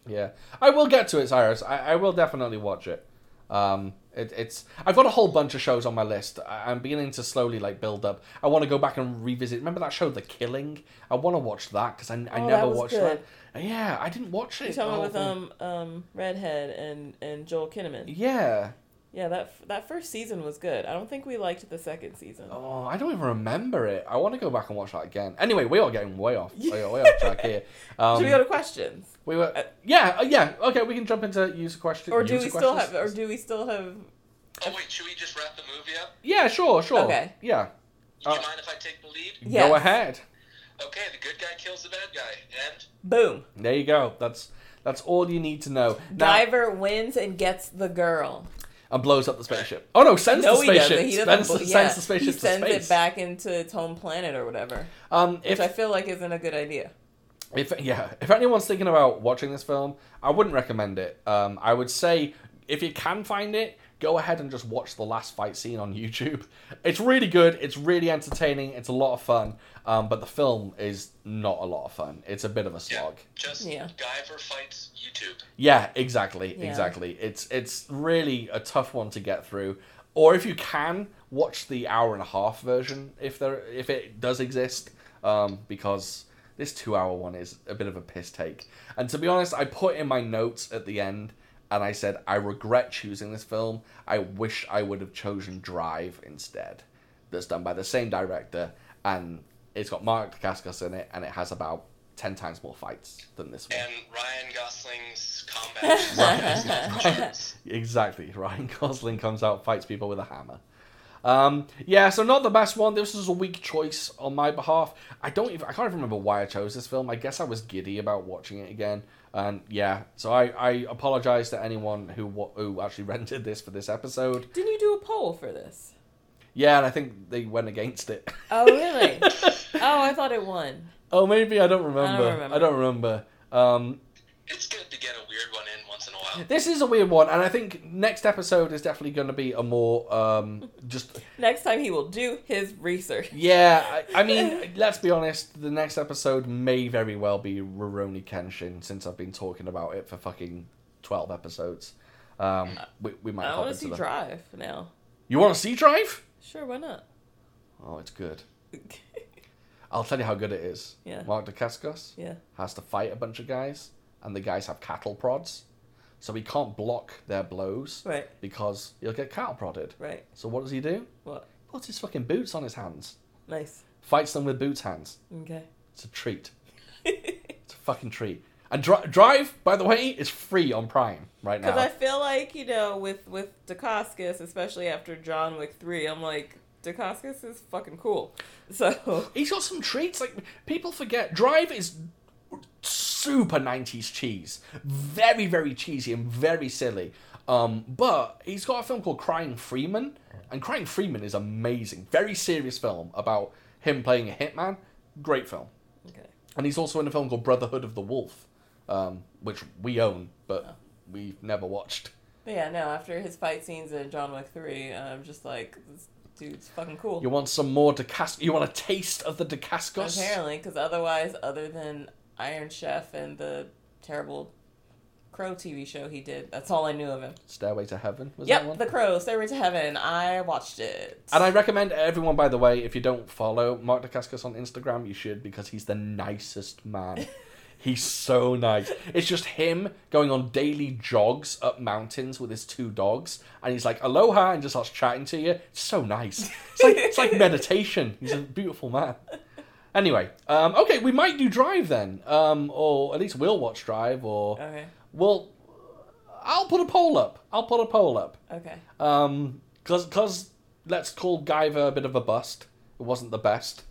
S1: Yeah, I will get to it, Cyrus. I, I will definitely watch it. Um, it, it's I've got a whole bunch of shows on my list. I, I'm beginning to slowly like build up. I want to go back and revisit. Remember that show, The Killing? I want to watch that because I, I
S2: Oh, that
S1: never
S2: was
S1: watched
S2: good.
S1: that. Yeah, I didn't watch it. Oh,
S2: You're
S1: the
S2: talking
S1: whole
S2: about with
S1: thing.
S2: um um Redhead and and Joel Kinnaman.
S1: Yeah.
S2: Yeah, that f- that first season was good. I don't think we liked the second season.
S1: Oh, I don't even remember it. I want to go back and watch that again. Anyway, we are getting way off, way, way off track here. Um,
S2: Should we go to questions,
S1: we were, yeah, uh, yeah. Okay, we can jump into user question.
S2: or do
S1: user
S2: we still
S1: questions.
S2: have, or do we still have?
S3: Oh, wait, should we just wrap the movie up?
S1: Yeah, sure, sure.
S2: Okay.
S1: Yeah,
S3: Do you
S1: Uh,
S3: mind if I take the lead?
S1: go
S2: Yes.
S1: ahead.
S3: Okay, the good guy kills the bad guy, and
S2: Boom!
S1: There you go. That's that's all you need to know. Now,
S2: Diver wins and gets the girl.
S1: and blows up the spaceship. Oh no, sends
S2: No,
S1: the
S2: he
S1: spaceship.
S2: doesn't. He doesn't.
S1: sends,
S2: bl-
S1: sends
S2: yeah,
S1: the spaceship
S2: he sends
S1: to space.
S2: it back into its home planet or whatever,
S1: Um,
S2: which
S1: if
S2: I feel like isn't a good idea.
S1: if yeah, if anyone's thinking about watching this film, I wouldn't recommend it. Um, I would say if you can find it, go ahead and just watch the last fight scene on YouTube. It's really good. It's really entertaining. It's a lot of fun. Um, but the film is not a lot of fun. It's a bit of a
S3: yeah,
S1: slog.
S3: just
S2: Yeah.
S3: Guyver fights YouTube.
S1: Yeah, exactly,
S2: Yeah.
S1: exactly. It's it's really a tough one to get through. Or if you can watch the hour and a half version, if there if it does exist, um, because This two hour one is a bit of a piss take. And to be honest, I put in my notes at the end and I said, I regret choosing this film. I wish I would have chosen Drive instead. That's done by the same director and it's got Mark Dacascos in it and it has about 10 times more fights than this one.
S3: And Ryan Gosling's combat skills.
S1: Exactly. Ryan Gosling comes out, fights people with a hammer. Um, yeah, so not the best one. This was a weak choice on my behalf. I don't even, I can't even remember why I chose this film. I guess I was giddy about watching it again. And yeah, so I, I apologize to anyone who wa- who actually rented this for this episode.
S2: Didn't you do a poll for this?
S1: Yeah, and I think they went against it.
S2: Oh, really? oh, I thought it won.
S1: oh, maybe I don't remember. I don't remember.
S2: remember.
S1: Um,
S3: it's good to get a weird one in once in a while.
S1: this is a weird one, and I think next episode is definitely going to be a more um, just
S2: Next time he will do his research.
S1: Yeah, I, I mean, let's be honest. The next episode may very well be Roroni Kenshin, since I've been talking about it for fucking twelve episodes. Um, we, we might.
S2: I
S1: hop
S2: want to
S1: into
S2: see
S1: the-
S2: Drive now.
S1: You want to see Drive?
S2: Sure, why not?
S1: Oh, it's good. I'll tell you how good it is.
S2: Yeah.
S1: Mark Dacascos
S2: yeah.
S1: has to fight a bunch of guys, and the guys have cattle prods, so he can't block their blows
S2: Right.
S1: because he'll get cattle prodded.
S2: Right.
S1: So what does he do?
S2: What?
S1: Puts his fucking boots on his hands.
S2: Nice.
S1: Fights them with boots hands.
S2: Okay.
S1: It's a treat. It's a fucking treat. And dri- Drive, by the way, is free on Prime right now.
S2: Because I feel like you know, with with Dacascus, especially after John Wick three, I'm like Dacascus is fucking cool. So
S1: He's got some treats. Like people forget, Drive is super '90s cheese, very very cheesy and very silly. Um, but he's got a film called Crying Freeman, and Crying Freeman is amazing. Very serious film about him playing a hitman. Great film.
S2: okay,
S1: And he's also in a film called Brotherhood of the Wolf, um, which we own, but we've never watched.
S2: but yeah, no. After his fight scenes in John Wick three, I'm just like, this dude's fucking cool.
S1: You want some more Dacas? You want a taste of the Dacascos?
S2: Apparently, because otherwise, other than Iron Chef and the terrible Crow TV show he did, that's all I knew of him.
S1: Stairway to Heaven was that
S2: Yep,
S1: one?
S2: The Crow, Stairway to Heaven. I watched it.
S1: and I recommend everyone, by the way, if you don't follow Mark Dacascos on Instagram, you should because he's the nicest man. he's so nice. It's just him going on daily jogs up mountains with his two dogs, and he's like aloha and just starts chatting to you. It's so nice. It's like it's like meditation. He's a beautiful man. Anyway, um, okay, we might do Drive then, um, or at least we'll watch Drive, or
S2: okay,
S1: Well, I'll put a poll up. I'll put a poll up.
S2: okay,
S1: Um, cause, cause let's call Guyver a bit of a bust. It wasn't the best.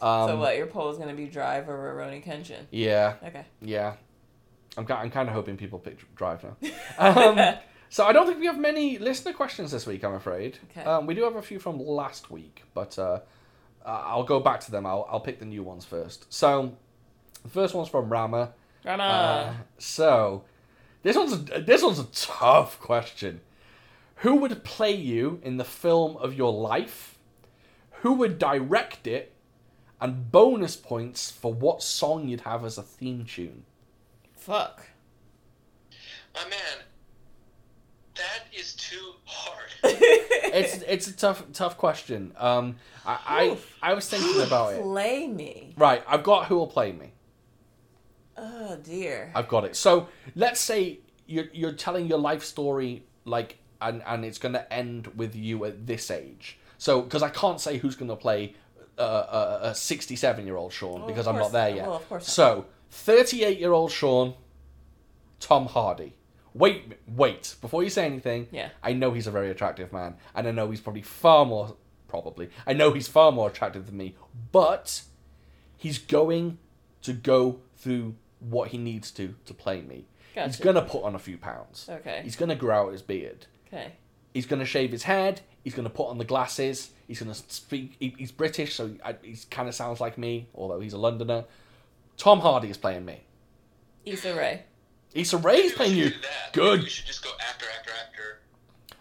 S1: Um,
S2: so what? Your poll is gonna be Drive or Roroni Kenshin.
S1: Yeah,
S2: Okay.
S1: yeah. I'm, ki- I'm kind of hoping people pick Drive now. Um, so I don't think we have many listener questions this week. I'm afraid.
S2: Okay.
S1: Um, we do have a few from last week, but uh, uh, I'll go back to them. I'll, I'll pick the new ones first. So, the first one's from Rama.
S2: Grandma.
S1: Uh, so this one's a, this one's a tough question. Who would play you in the film of your life? Who would direct it? And bonus points for what song you'd have as a theme tune.
S2: Fuck.
S3: My man, that is too hard.
S1: It's it's a tough tough question. Um, I I, I was thinking about it.
S2: Play me.
S1: Right, I've got who will play me.
S2: Oh dear.
S1: I've got it. So let's say you're you're telling your life story like and and it's going to end with you at this age. So because I can't say who's going to play uh, a 67 year old Sean
S2: Well,
S1: because
S2: Oh, of
S1: I'm not
S2: course
S1: there
S2: not.
S1: yet.
S2: Well, of course
S1: So
S2: not.
S1: 38 year old Sean, Tom Hardy. Wait, wait. Before you say anything,
S2: Yeah.
S1: I know he's a very attractive man, and I know he's probably far more probably. I know he's far more attractive than me, but he's going to go through what he needs to to play me. He's
S2: Gotcha.
S1: gonna put on a few pounds.
S2: Okay.
S1: He's gonna grow out his beard.
S2: Okay.
S1: He's gonna shave his head. He's gonna put on the glasses. He's gonna speak. He, he's British, so I, he kind of sounds like me, although he's a Londoner. Tom Hardy is playing me.
S2: Issa Rae.
S1: Issa Rae
S3: Maybe
S1: is
S3: we
S1: playing
S3: should
S1: you.
S3: do that. Maybe We
S1: Good.
S3: should just go actor, actor, actor.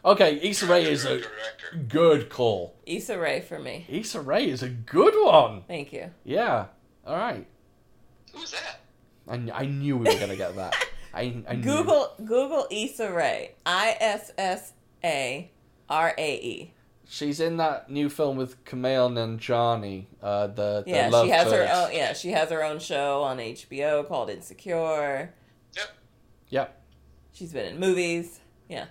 S1: Okay, Issa Rae is a
S3: director, director.
S1: good call.
S2: Issa Rae for me.
S1: Issa Rae is a good one.
S2: Thank you.
S1: Yeah. All right.
S3: Who's that?
S1: I, kn- I knew we were gonna get that. I, I knew.
S2: Google Google Issa Rae. I S S A R A E.
S1: She's in that new film with Kamal Nanjiani. Uh, the, the
S2: Yeah,
S1: love
S2: she has her
S1: first.
S2: own. Yeah, she has her own show on HBO called Insecure.
S3: Yep.
S1: Yep.
S2: She's been in movies. Yeah,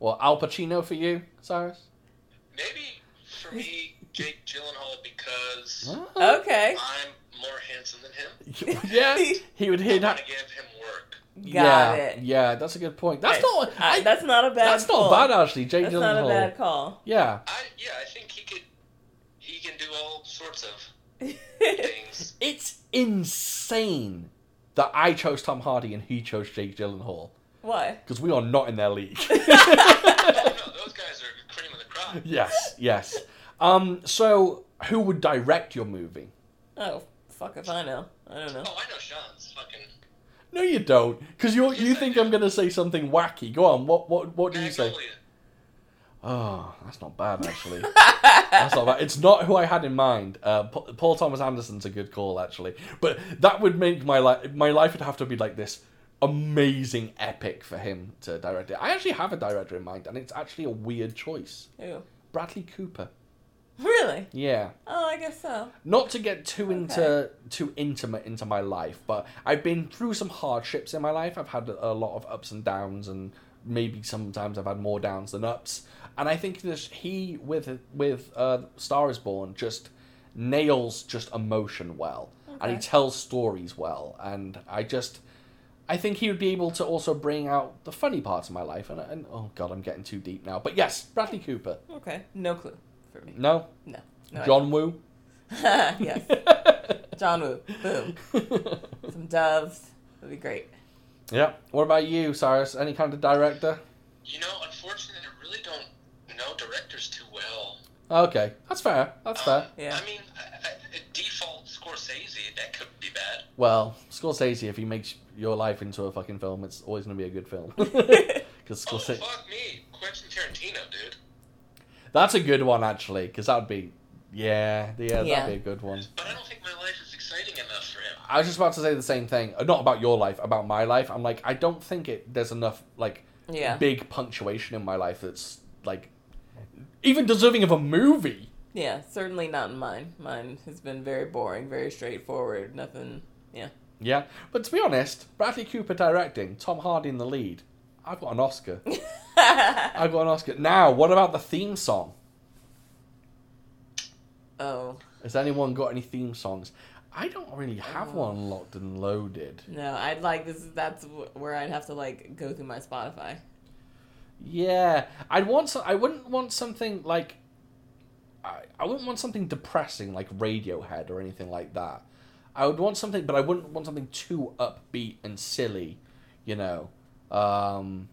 S1: Well, Al Pacino for you, Cyrus.
S3: Maybe for me, Jake Gyllenhaal because
S1: Oh.
S2: okay,
S3: I'm more handsome than him.
S1: yeah, he would
S3: I
S1: hear
S3: want to
S1: that.
S3: give him work.
S2: got
S1: yeah,
S2: it.
S1: yeah, that's a good point. That's
S2: Right.
S1: not.
S2: Uh,
S1: I,
S2: that's not a bad.
S1: that's
S2: call.
S1: not bad actually. Jake
S2: That's
S1: Gyllenhaal.
S2: not a bad call.
S1: Yeah,
S3: I yeah, I think he could. He can do all sorts of things.
S1: it's insane that I chose Tom Hardy and he chose Jake Gyllenhaal
S2: Why?
S1: because we are not in their league.
S3: no, those guys are cream of the crop.
S1: yes, yes. Um, so who would direct your movie?
S2: Oh, fuck if I know. I don't know.
S3: Oh, I know Sean's fucking.
S1: No, you don't, because you you think I'm gonna say something wacky. Go on, what what what do you say?
S3: Magnolia.
S1: Oh, that's not bad actually. That's not bad. It's not who I had in mind. Uh, Pa- Paul Thomas Anderson's a good call actually, but that would make my life my life would have to be like this amazing epic for him to direct it. I actually have a director in mind, and it's actually a weird choice.
S2: Who?
S1: Bradley Cooper.
S2: Really?
S1: Yeah,
S2: Oh, I guess so.
S1: not to get too into too intimate into my life, but I've been through some hardships in my life. I've had a lot of ups and downs, and maybe sometimes I've had more downs than ups. And I think that he with with uh, Star Is Born just nails just emotion well, and he
S2: Okay.
S1: tells stories well, and I just. I think he would be able to also bring out the funny parts of my life, and, and oh god, I'm getting too deep now. But yes, Bradley Cooper.
S2: Okay, no clue for me.
S1: No,
S2: No. no I-
S1: John Woo.
S2: yes. John Woo. Boom. Some doves. That'd be great.
S1: Yeah. What about you, Cyrus? Any kind of director?
S3: You know, unfortunately, I really don't know directors too well.
S1: Okay, that's fair. That's fair.
S3: Um,
S2: Yeah.
S3: I mean, I, I, a default Scorsese, that could be bad.
S1: Well, Scorsese, if he makes your life into a fucking film, it's always gonna be a good film. Because
S3: Oh,
S1: Scorsese,
S3: fuck me. Quentin Tarantino, dude.
S1: that's a good one actually. Because that'd be, yeah, yeah,
S2: Yeah.
S1: that'd be a good one.
S3: But I don't think my life is exciting enough for him.
S1: I was just about to say the same thing. uh, Not about your life, about my life. I'm like, I don't think it. There's enough like
S2: Yeah.
S1: big punctuation in my life that's like even deserving of a movie.
S2: Yeah, certainly not in mine. Mine has been very boring, very straightforward. Nothing. Yeah.
S1: Yeah, but to be honest, Bradley Cooper directing, Tom Hardy in the lead. I've got an Oscar. I've got an Oscar. Now, what about the theme song?
S2: oh,
S1: Has anyone got any theme songs? I don't really have
S2: Oh.
S1: one locked and loaded.
S2: no. I'd like this. That's wh- where I'd have to, like, go through my Spotify.
S1: Yeah, I'd want. Some, I wouldn't want something like. I, I wouldn't want something depressing like Radiohead or anything like that. I would want something, but I wouldn't want something too upbeat and silly, you know. Um,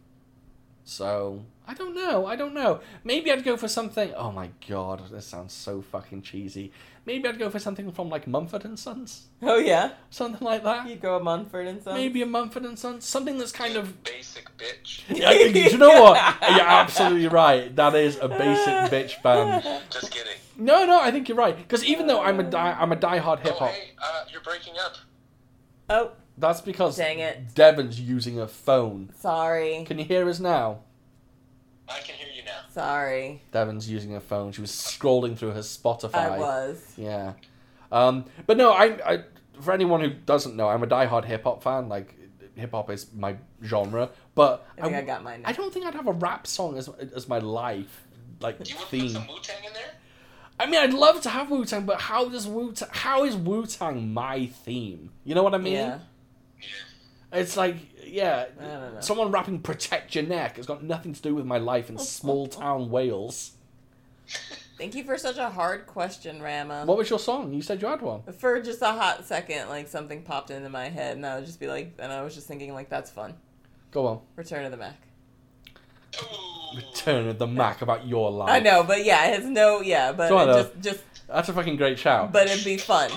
S1: so I don't know. I don't know. Maybe I'd go for something. Oh my god, this sounds so fucking cheesy. Maybe I'd go for something from like Mumford and Sons,
S2: Oh, yeah.
S1: something like that.
S2: You go a Mumford and Sons.
S1: Maybe a Mumford and Sons, something that's kind of
S3: Basic bitch.
S1: yeah, I think- do you know what? You're absolutely right. That is a basic bitch band.
S3: Just kidding.
S1: No, no, I think you're right. Because even though I'm a die, I'm a diehard hip
S3: Oh,
S1: hop.
S3: hey, uh, you're breaking up.
S2: Oh,
S1: That's because
S2: dang it.
S1: Devon's using a phone.
S2: Sorry.
S1: Can you hear us now?
S3: I can hear you now.
S2: Sorry.
S1: Devon's using a phone. She was scrolling through her Spotify.
S2: I was.
S1: Yeah. Um, but no, I, I for anyone who doesn't know, I'm a diehard hip hop fan. Like hip hop is my genre, but
S2: I think I, got mine now.
S1: I don't think I'd have a rap song as as my life like
S3: You would put
S1: theme.
S3: some Wu Tang in there?
S1: I mean, I'd love to have Wu Tang, but how does Wu How is Wu Tang my theme? You know what I mean?
S2: Yeah.
S3: Yeah.
S1: It's like, yeah,
S2: I don't know.
S1: someone rapping "Protect Your Neck" has got nothing to do with my life in small town Wales.
S2: Thank you for such a hard question, Rama.
S1: What was your song? You said you had one.
S2: For just a hot second, like something popped into my head, and I would just be like, and I was just thinking, like, that's fun.
S1: Go on.
S2: Return of the Mac.
S3: Ooh.
S1: Turn of the Mac about your life.
S2: I know, but yeah, it has no, yeah, but
S1: Sort
S2: it
S1: of.
S2: just, just,
S1: That's a fucking great shout.
S2: but it'd be fun.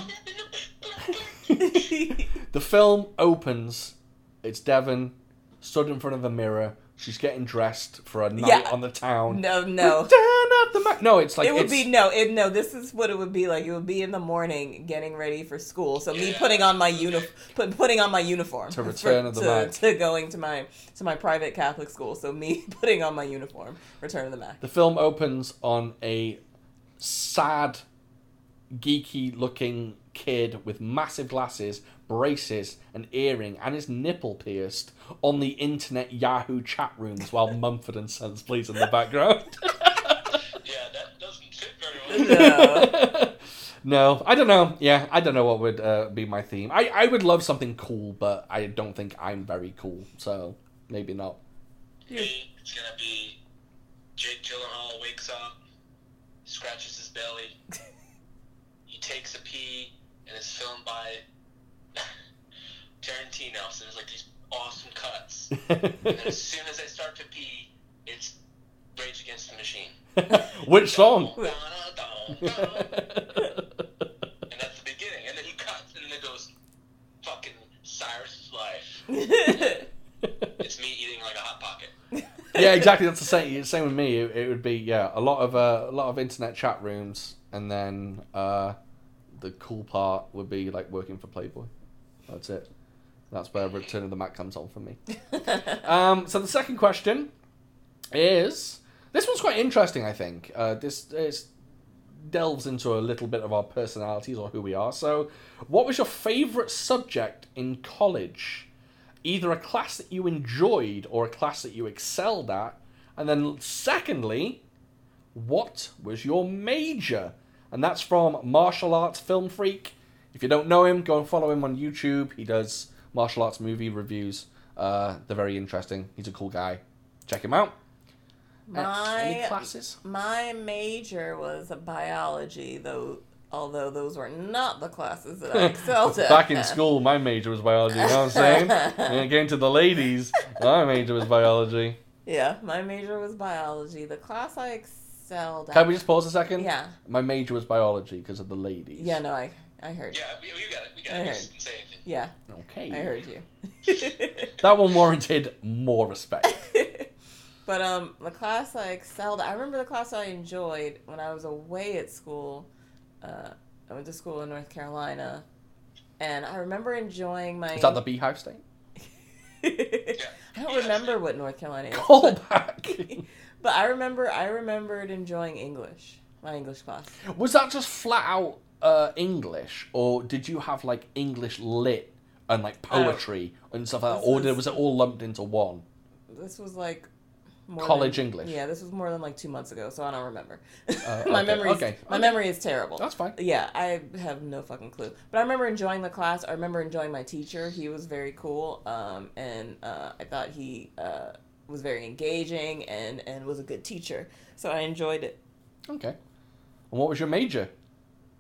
S1: the film opens. It's Devon stood in front of a mirror She's getting dressed for a night
S2: Yeah.
S1: on the town.
S2: No, no.
S1: Return of the Ma- No, it's like
S2: It would
S1: it's-
S2: be no, it no. This is what it would be like. It would be in the morning, getting ready for school. So me
S3: Yeah.
S2: putting on my unif- put, putting on my uniform
S1: To Return
S2: for-
S1: of the
S2: to,
S1: Mac.
S2: to going to my to my private Catholic school. So me putting on my uniform, Return of the Mac.
S1: The film opens on a sad, geeky looking kid with massive glasses, braces, an earring, and his nipple pierced on the internet Yahoo chat rooms while Mumford and Sons plays in the background.
S3: Yeah, that doesn't fit very well.
S1: no.
S2: No.
S1: I don't know. Yeah, I don't know what would uh, be my theme. I, I would love something cool, but I don't think I'm very cool, so maybe not.
S3: Me, it's gonna be Jake Gyllenhaal wakes up, scratches his belly, he takes a pee, and it's filmed by Tarantino. So there's like these awesome cuts. And as soon as I start to pee, it's Rage Against the Machine.
S1: Which song?
S3: and that's the beginning. And then he cuts, and then it goes fucking Cyrus' life. It's me eating like a hot pocket.
S1: yeah, exactly. That's the same. Same with me. It, it would be yeah, a lot of uh, a lot of internet chat rooms, and then uh, the cool part would be like working for Playboy. That's it. That's where Return of the Mac comes on for me. um, so the second question is this one's quite interesting. I think uh, this is delves into a little bit of our personalities or who we are. So, what was your favorite subject in college? Either a class that you enjoyed or a class that you excelled at. And then, secondly, what was your major? And that's from Martial Arts Film Freak. If you don't know him, go and follow him on YouTube. He does martial arts movie reviews. Uh, they're very interesting. He's a cool guy. Check him out. Uh, any
S2: My
S1: classes?
S2: my major was biology, though. Although those were not the classes that I excelled at.
S1: Back in school, my major was biology. You know what I'm saying? and it came to the ladies. My major was biology.
S2: Yeah, my major was biology. The class I excelled at.
S1: Can we just pause a second?
S2: Yeah.
S1: My major was biology because of the ladies.
S2: Yeah, no, I I heard.
S3: Yeah,
S2: you.
S3: we, we got it. We got it. We
S2: Okay.
S3: just didn't say anything.
S2: Yeah,
S1: Okay.
S2: I heard you.
S1: That one warranted more respect.
S2: but um, the class I excelled. I remember the class I enjoyed when I was away at school. Uh, I went to school in North Carolina, and I remember enjoying my.
S1: Is that the Beehive State?
S2: I don't remember what North Carolina is,
S1: Call back.
S2: but I remember I remembered enjoying English, my English class.
S1: was that just flat out uh, English, or did you have like English lit and like poetry and stuff like that,
S2: Oh.
S1: or
S2: this
S1: did-
S2: is-
S1: was it all lumped into one?
S2: This was like more
S1: College
S2: than-
S1: English. Oh,
S2: Yeah, this was more than like two months ago, so I don't remember.
S1: okay,
S2: my memory,
S1: okay,
S2: my
S1: okay.
S2: memory is terrible.
S1: That's fine.
S2: Yeah, I have no fucking clue. But I remember enjoying the class. I remember enjoying my teacher. He was very cool, um, and uh, I thought he uh, was very engaging and and was a good teacher. So I enjoyed it.
S1: Okay. And what was your major?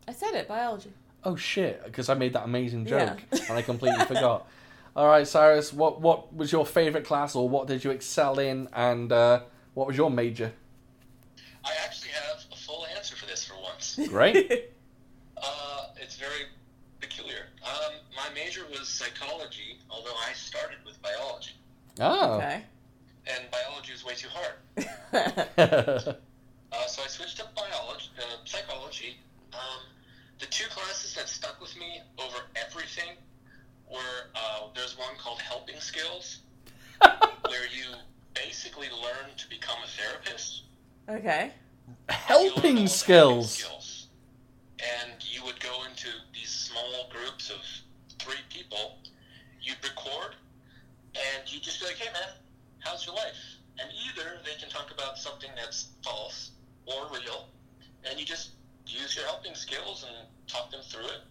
S2: I said it, biology.
S1: Oh shit! Because I made that amazing
S2: Yeah.
S1: joke and I completely forgot. All right, Cyrus, what what was your favorite class, or what did you excel in, and uh, what was your major?
S3: I actually have a full answer for this for once.
S1: Great.
S3: Uh, it's very peculiar. Um, my major was psychology, although I started with biology,
S1: Oh.
S2: okay.
S3: and biology was way too hard.
S1: Ah.
S3: Uh, so I switched up biology, uh, psychology. Um, the two classes that stuck with me over everything were uh, there's one called helping skills, where you basically learn to become a therapist.
S2: Okay.
S3: You
S1: Helping
S3: learn
S1: skills.
S3: skills. And you would go into these small groups of three people. You'd record, and you'd just be like, "Hey, man, how's your life?" And either they can talk about something that's false or real, and you just use your helping skills and talk them through it.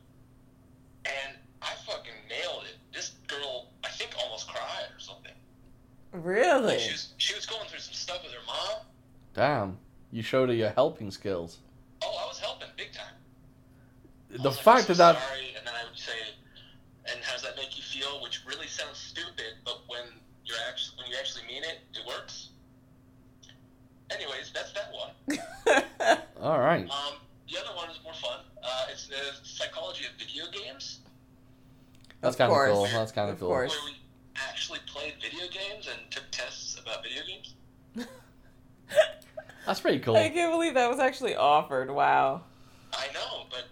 S3: And I fucking nailed it. This girl, I think, almost cried or something.
S2: Really?
S3: She was she was going through some stuff with her mom.
S1: Damn, you showed her your helping skills.
S3: Oh, I was helping big time.
S1: The
S3: was like,
S1: fact
S3: "I'm
S1: that
S3: so
S1: that
S3: sorry, and then I would say, and how does that make you feel? Which really sounds stupid, but when you're actually when you actually mean it, it works. Anyways, that's that one.
S1: all right.
S3: Um, the other one is more fun. Uh, it's the psychology of video games,
S1: That's
S2: Of
S1: kind of
S2: course.
S1: cool. That's kind of
S2: Of
S1: cool.
S2: course.
S3: where we actually played video games and took tests about video
S1: That's pretty cool.
S2: I can't believe that was actually offered. Wow.
S3: I know, but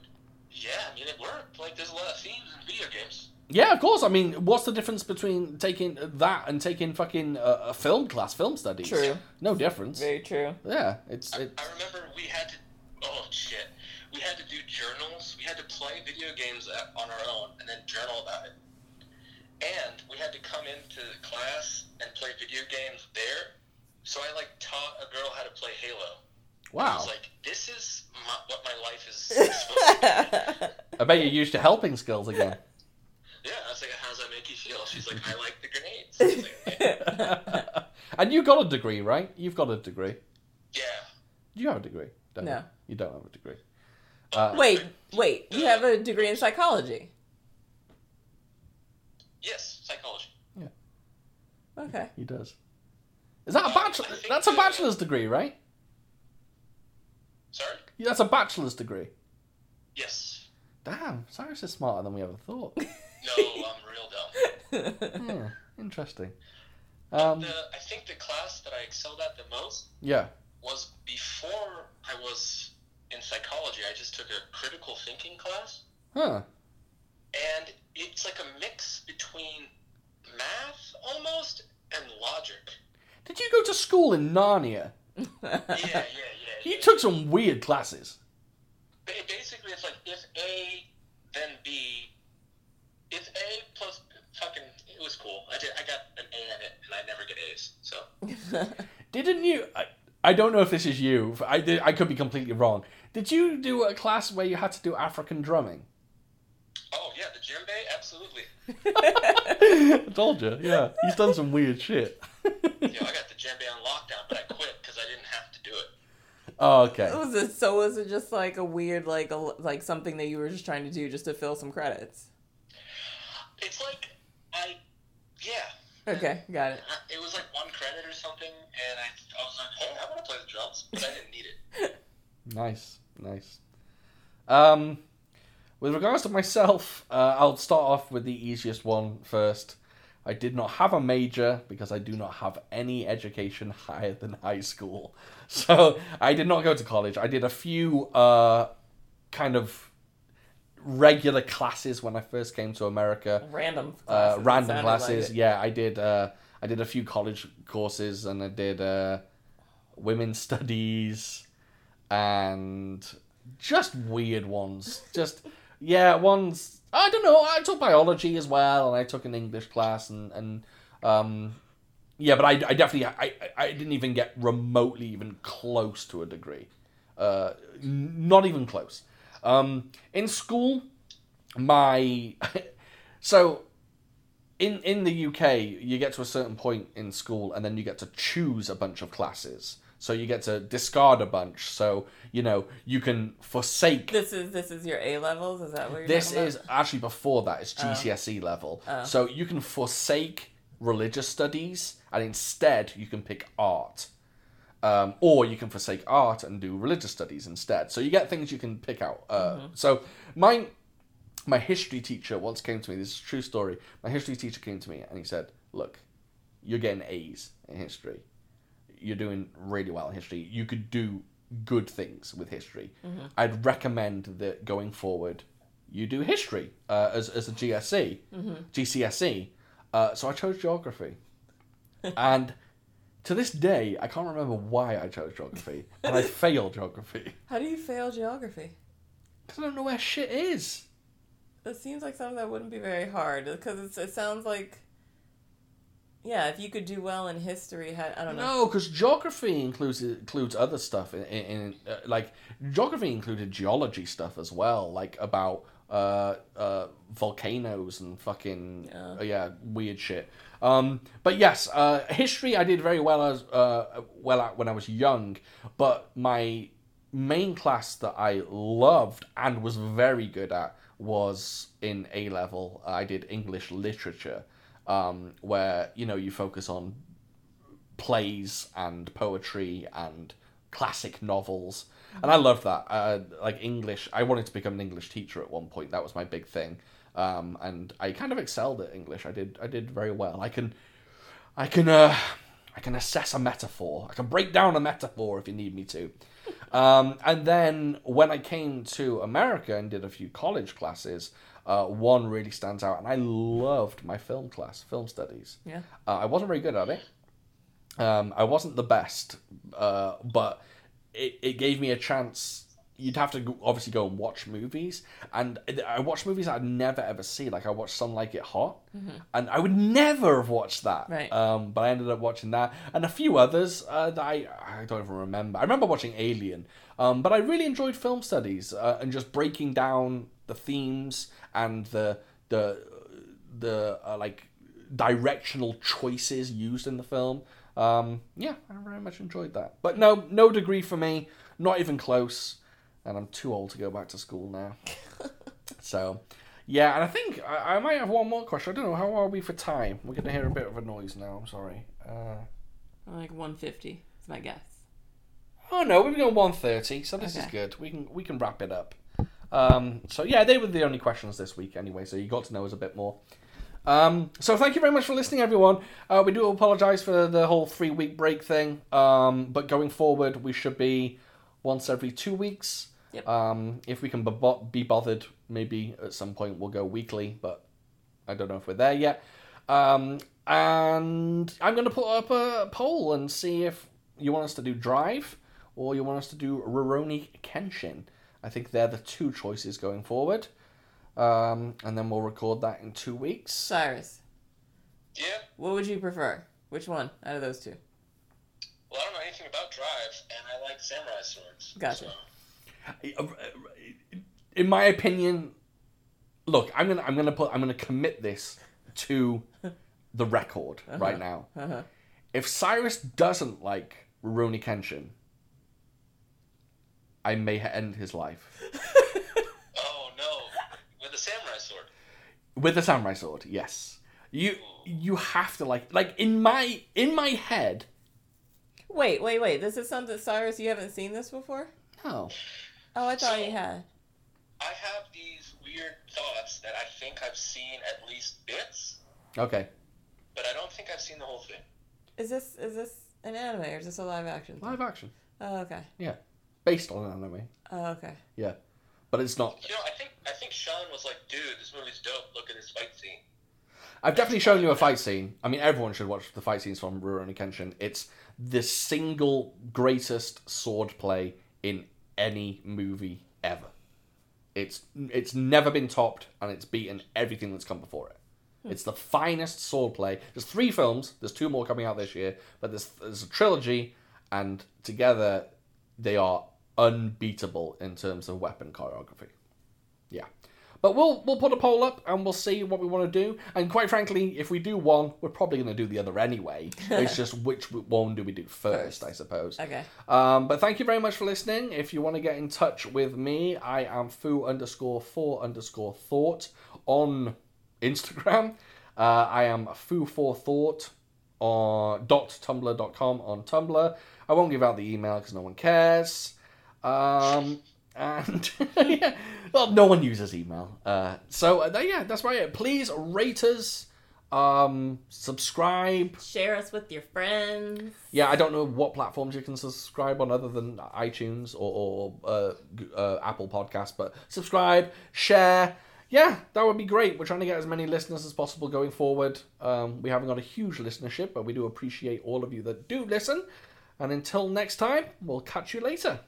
S3: yeah, I mean, it worked. Like, there's a lot of themes in video games.
S1: Yeah, of course. I mean, what's the difference between taking that and taking fucking uh, a film class, film studies?
S2: True.
S1: No difference.
S2: Very true.
S1: Yeah, it's it.
S3: I remember we had to. Oh shit! We had to do journals. We had to play video games at, on our own and then journal about it. And we had to come into class and play video games there. So I like taught a girl how to play Halo. I
S1: Wow.
S3: was like, this is my, what my life is supposed to be.
S1: I bet you're used to helping skills again.
S3: Yeah, I was like, how does that make you feel? She's like, I like the grenades. I was like, "Okay."
S1: and you got a degree, right? You've got a degree.
S3: yeah.
S1: Do you have a degree? Don't
S2: No.
S1: You? You don't have a degree. Uh,
S2: wait, wait. You have a degree in psychology.
S3: Yes, psychology.
S2: Okay.
S1: He does. Is that a
S3: Uh,
S1: bachelor?
S3: I think
S1: That's a
S3: so.
S1: bachelor's degree, right?
S3: Sorry?
S1: Yeah, That's a bachelor's degree.
S3: Yes.
S1: Damn, Cyrus is smarter than we ever thought.
S3: No, I'm real dumb.
S1: yeah, interesting. Um,
S3: The, I think the class that I excelled at the most
S1: yeah.
S3: was before I was in psychology. I just took a critical thinking class,
S1: Huh.
S3: and it's like a mix between math almost and logic.
S1: Did you go to school in Narnia?
S3: Yeah, yeah, yeah. yeah.
S1: You took some weird classes.
S3: Ba- Basically, it's like if A, then B. If A plus fucking, it was cool. I did. I got an A in it, and I never get A's. So
S1: Didn't you? I, I don't know if this is you. I did, I could be completely wrong. Did you do a class where you had to do African drumming?
S3: oh yeah, the djembe, absolutely.
S1: I told you. Yeah, he's done some weird shit.
S3: You know, I got the djembe on lockdown, but I quit because I didn't have to do it.
S1: Oh, okay.
S2: was it, so was it just like a weird like a, like something that you were just trying to do just to fill some credits?
S3: It's like I, yeah.
S2: Okay, got it.
S3: I- Uh, It was like one credit or something, and I, I was like, hey, I want to play the drums, but I didn't need it.
S1: Nice, nice. Um, with regards to myself, uh, I'll start off with the easiest one first. I did not have a major because I do not have any education higher than high school. So I did not go to college. I did a few uh, kind of regular classes when I first came to America
S2: Random
S1: uh,
S2: classes. it
S1: random
S2: sounded like
S1: classes.
S2: it.
S1: yeah, I did. Uh, I did a few college courses, and I did uh, women's studies, and just weird ones. just yeah, ones. I don't know. I took biology as well, and I took an English class, and and um, yeah, but I, I definitely I, I I didn't even get remotely even close to a degree. Uh, n- not even close. Um, in school, my so in in the UK, you get to a certain point in school, and then you get to choose a bunch of classes. So you get to discard a bunch. So you know you can forsake.
S2: This is this is your A levels. Is that what you're
S1: this
S2: talking
S1: is actually before that. It's GCSE E level. So you can forsake religious studies, and instead you can pick art. Um, or you can forsake art and do religious studies instead. So you get things you can pick out. Uh, So mine my history teacher once came to me. This is a true story. My history teacher came to me and he said, "Look, you're getting A's in history. You're doing really well in history. You could do good things with history. I'd recommend that going forward, you do history uh, as as a E, GSE, GCSE. Uh, so I chose geography, and to this day, I can't remember why I chose geography, and I failed geography
S2: How do you fail geography?
S1: because I don't know where shit is.
S2: That seems like something that wouldn't be very hard because it sounds like, yeah, if you could do well in history, how, I don't know.
S1: No, because geography includes includes other stuff. In, in, in uh, like geography included geology stuff as well, like about uh, uh, volcanoes and fucking yeah. yeah weird shit. Um, but yes, uh, history I did very well as uh, well at when I was young, but my main class that I loved and was very good at was in A level. I did English literature, um, where you know you focus on plays and poetry and classic novels. And I love that. Uh, like English, I wanted to become an English teacher at one point. That was my big thing, um, and I kind of excelled at English. I did. I did very well. I can, I can. Uh, I can assess a metaphor. I can break down a metaphor if you need me to. Um, and then when I came to America and did a few college classes, uh, one really stands out, and I loved my film class, film studies.
S2: Yeah.
S1: Uh, I wasn't very good at it. Um, I wasn't the best, uh, but it, it gave me a chance. You'd have to go, obviously go and watch movies, and I watched movies I'd never ever see. Like I watched Some Like It Hot, and I would never have watched that.
S2: Right.
S1: Um, but I ended up watching that and a few others uh, that I I don't even remember. I remember watching Alien, um, but I really enjoyed film studies uh, and just breaking down the themes and the the the uh, like directional choices used in the film. Um, yeah, I very much enjoyed that. But no, no degree for me, not even close. And I'm too old to go back to school now. so, yeah, and I think I, I might have one more question. I don't know how are we for time. We're gonna hear a bit of a noise now. I'm sorry. Uh,
S2: Like 150. It's my guess.
S1: oh no, we've gone one thirty, so this is
S2: Okay.
S1: good. We can we can wrap it up. Um, so yeah, they were the only questions this week anyway. So you got to know us a bit more. Um, so thank you very much for listening, everyone. Uh, we do apologise for the whole three week break thing, um, but going forward, we should be once every two weeks.
S2: Yep.
S1: Um, if we can be, bo- be bothered, maybe at some point we'll go weekly, but I don't know if we're there yet. Um, and I'm going to put up a poll and see if you want us to do Drive or you want us to do Roroni Kenshin. I think they're the two choices going forward. Um, and then we'll record that in two weeks.
S2: Cyrus,
S3: Yeah.
S2: what would you prefer? Which one out of those two?
S3: Well, I don't know anything about Drive, and I like samurai swords.
S2: Gotcha.
S3: So,
S1: in my opinion, look, I'm gonna I'm gonna put I'm gonna commit this to the record right now.
S2: Uh-huh.
S1: If Cyrus doesn't like Rurouni Kenshin, I may end his life
S3: oh no, with a samurai sword.
S1: with a samurai sword. Yes, you you have to like like in my in my head.
S2: Wait, wait, wait. This is something, Cyrus, you haven't seen this before?
S1: No,
S2: Oh, I thought you had.
S3: I have these weird thoughts that I think I've seen at least bits,
S1: okay,
S3: but I don't think I've seen the whole thing.
S2: Is this is this an anime or is this a live action? thing?
S1: live action.
S2: Oh, okay.
S1: Yeah, based on an anime.
S2: Oh, okay.
S1: Yeah, but it's not
S3: You know, I think I think Sean was like, "Dude, this movie's dope. Look at this fight scene."
S1: I've definitely shown you a fight scene. I mean, everyone should watch the fight scenes from Rurouni Kenshin. It's the single greatest sword play in any movie ever. It's it's never been topped, and it's beaten everything that's come before it. It's the finest sword play. There's three films. There's two more coming out this year, but there's there's a trilogy, and together they are unbeatable in terms of weapon choreography. Yeah. But we'll we'll put a poll up and we'll see what we want to do. And quite frankly, if we do one, we're probably going to do the other anyway. it's just which one do we do first, I suppose.
S2: Okay.
S1: Um, but thank you very much for listening. If you want to get in touch with me, I am foo underscore four underscore thought on Instagram. Uh, I am foo for thought on dot tumblr.com on Tumblr. I won't give out the email because no one cares. Um, and yeah, well, no one uses email. Uh, so uh, yeah, that's about it. Please rate us, um, subscribe,
S2: Share us with your friends.
S1: yeah, I don't know what platforms you can subscribe on other than iTunes or, or uh, g- uh, Apple Podcasts, but subscribe, share. Yeah, that would be great. We're trying to get as many listeners as possible going forward. Um, we haven't got a huge listenership, but we do appreciate all of you that do listen. And until next time, we'll catch you later.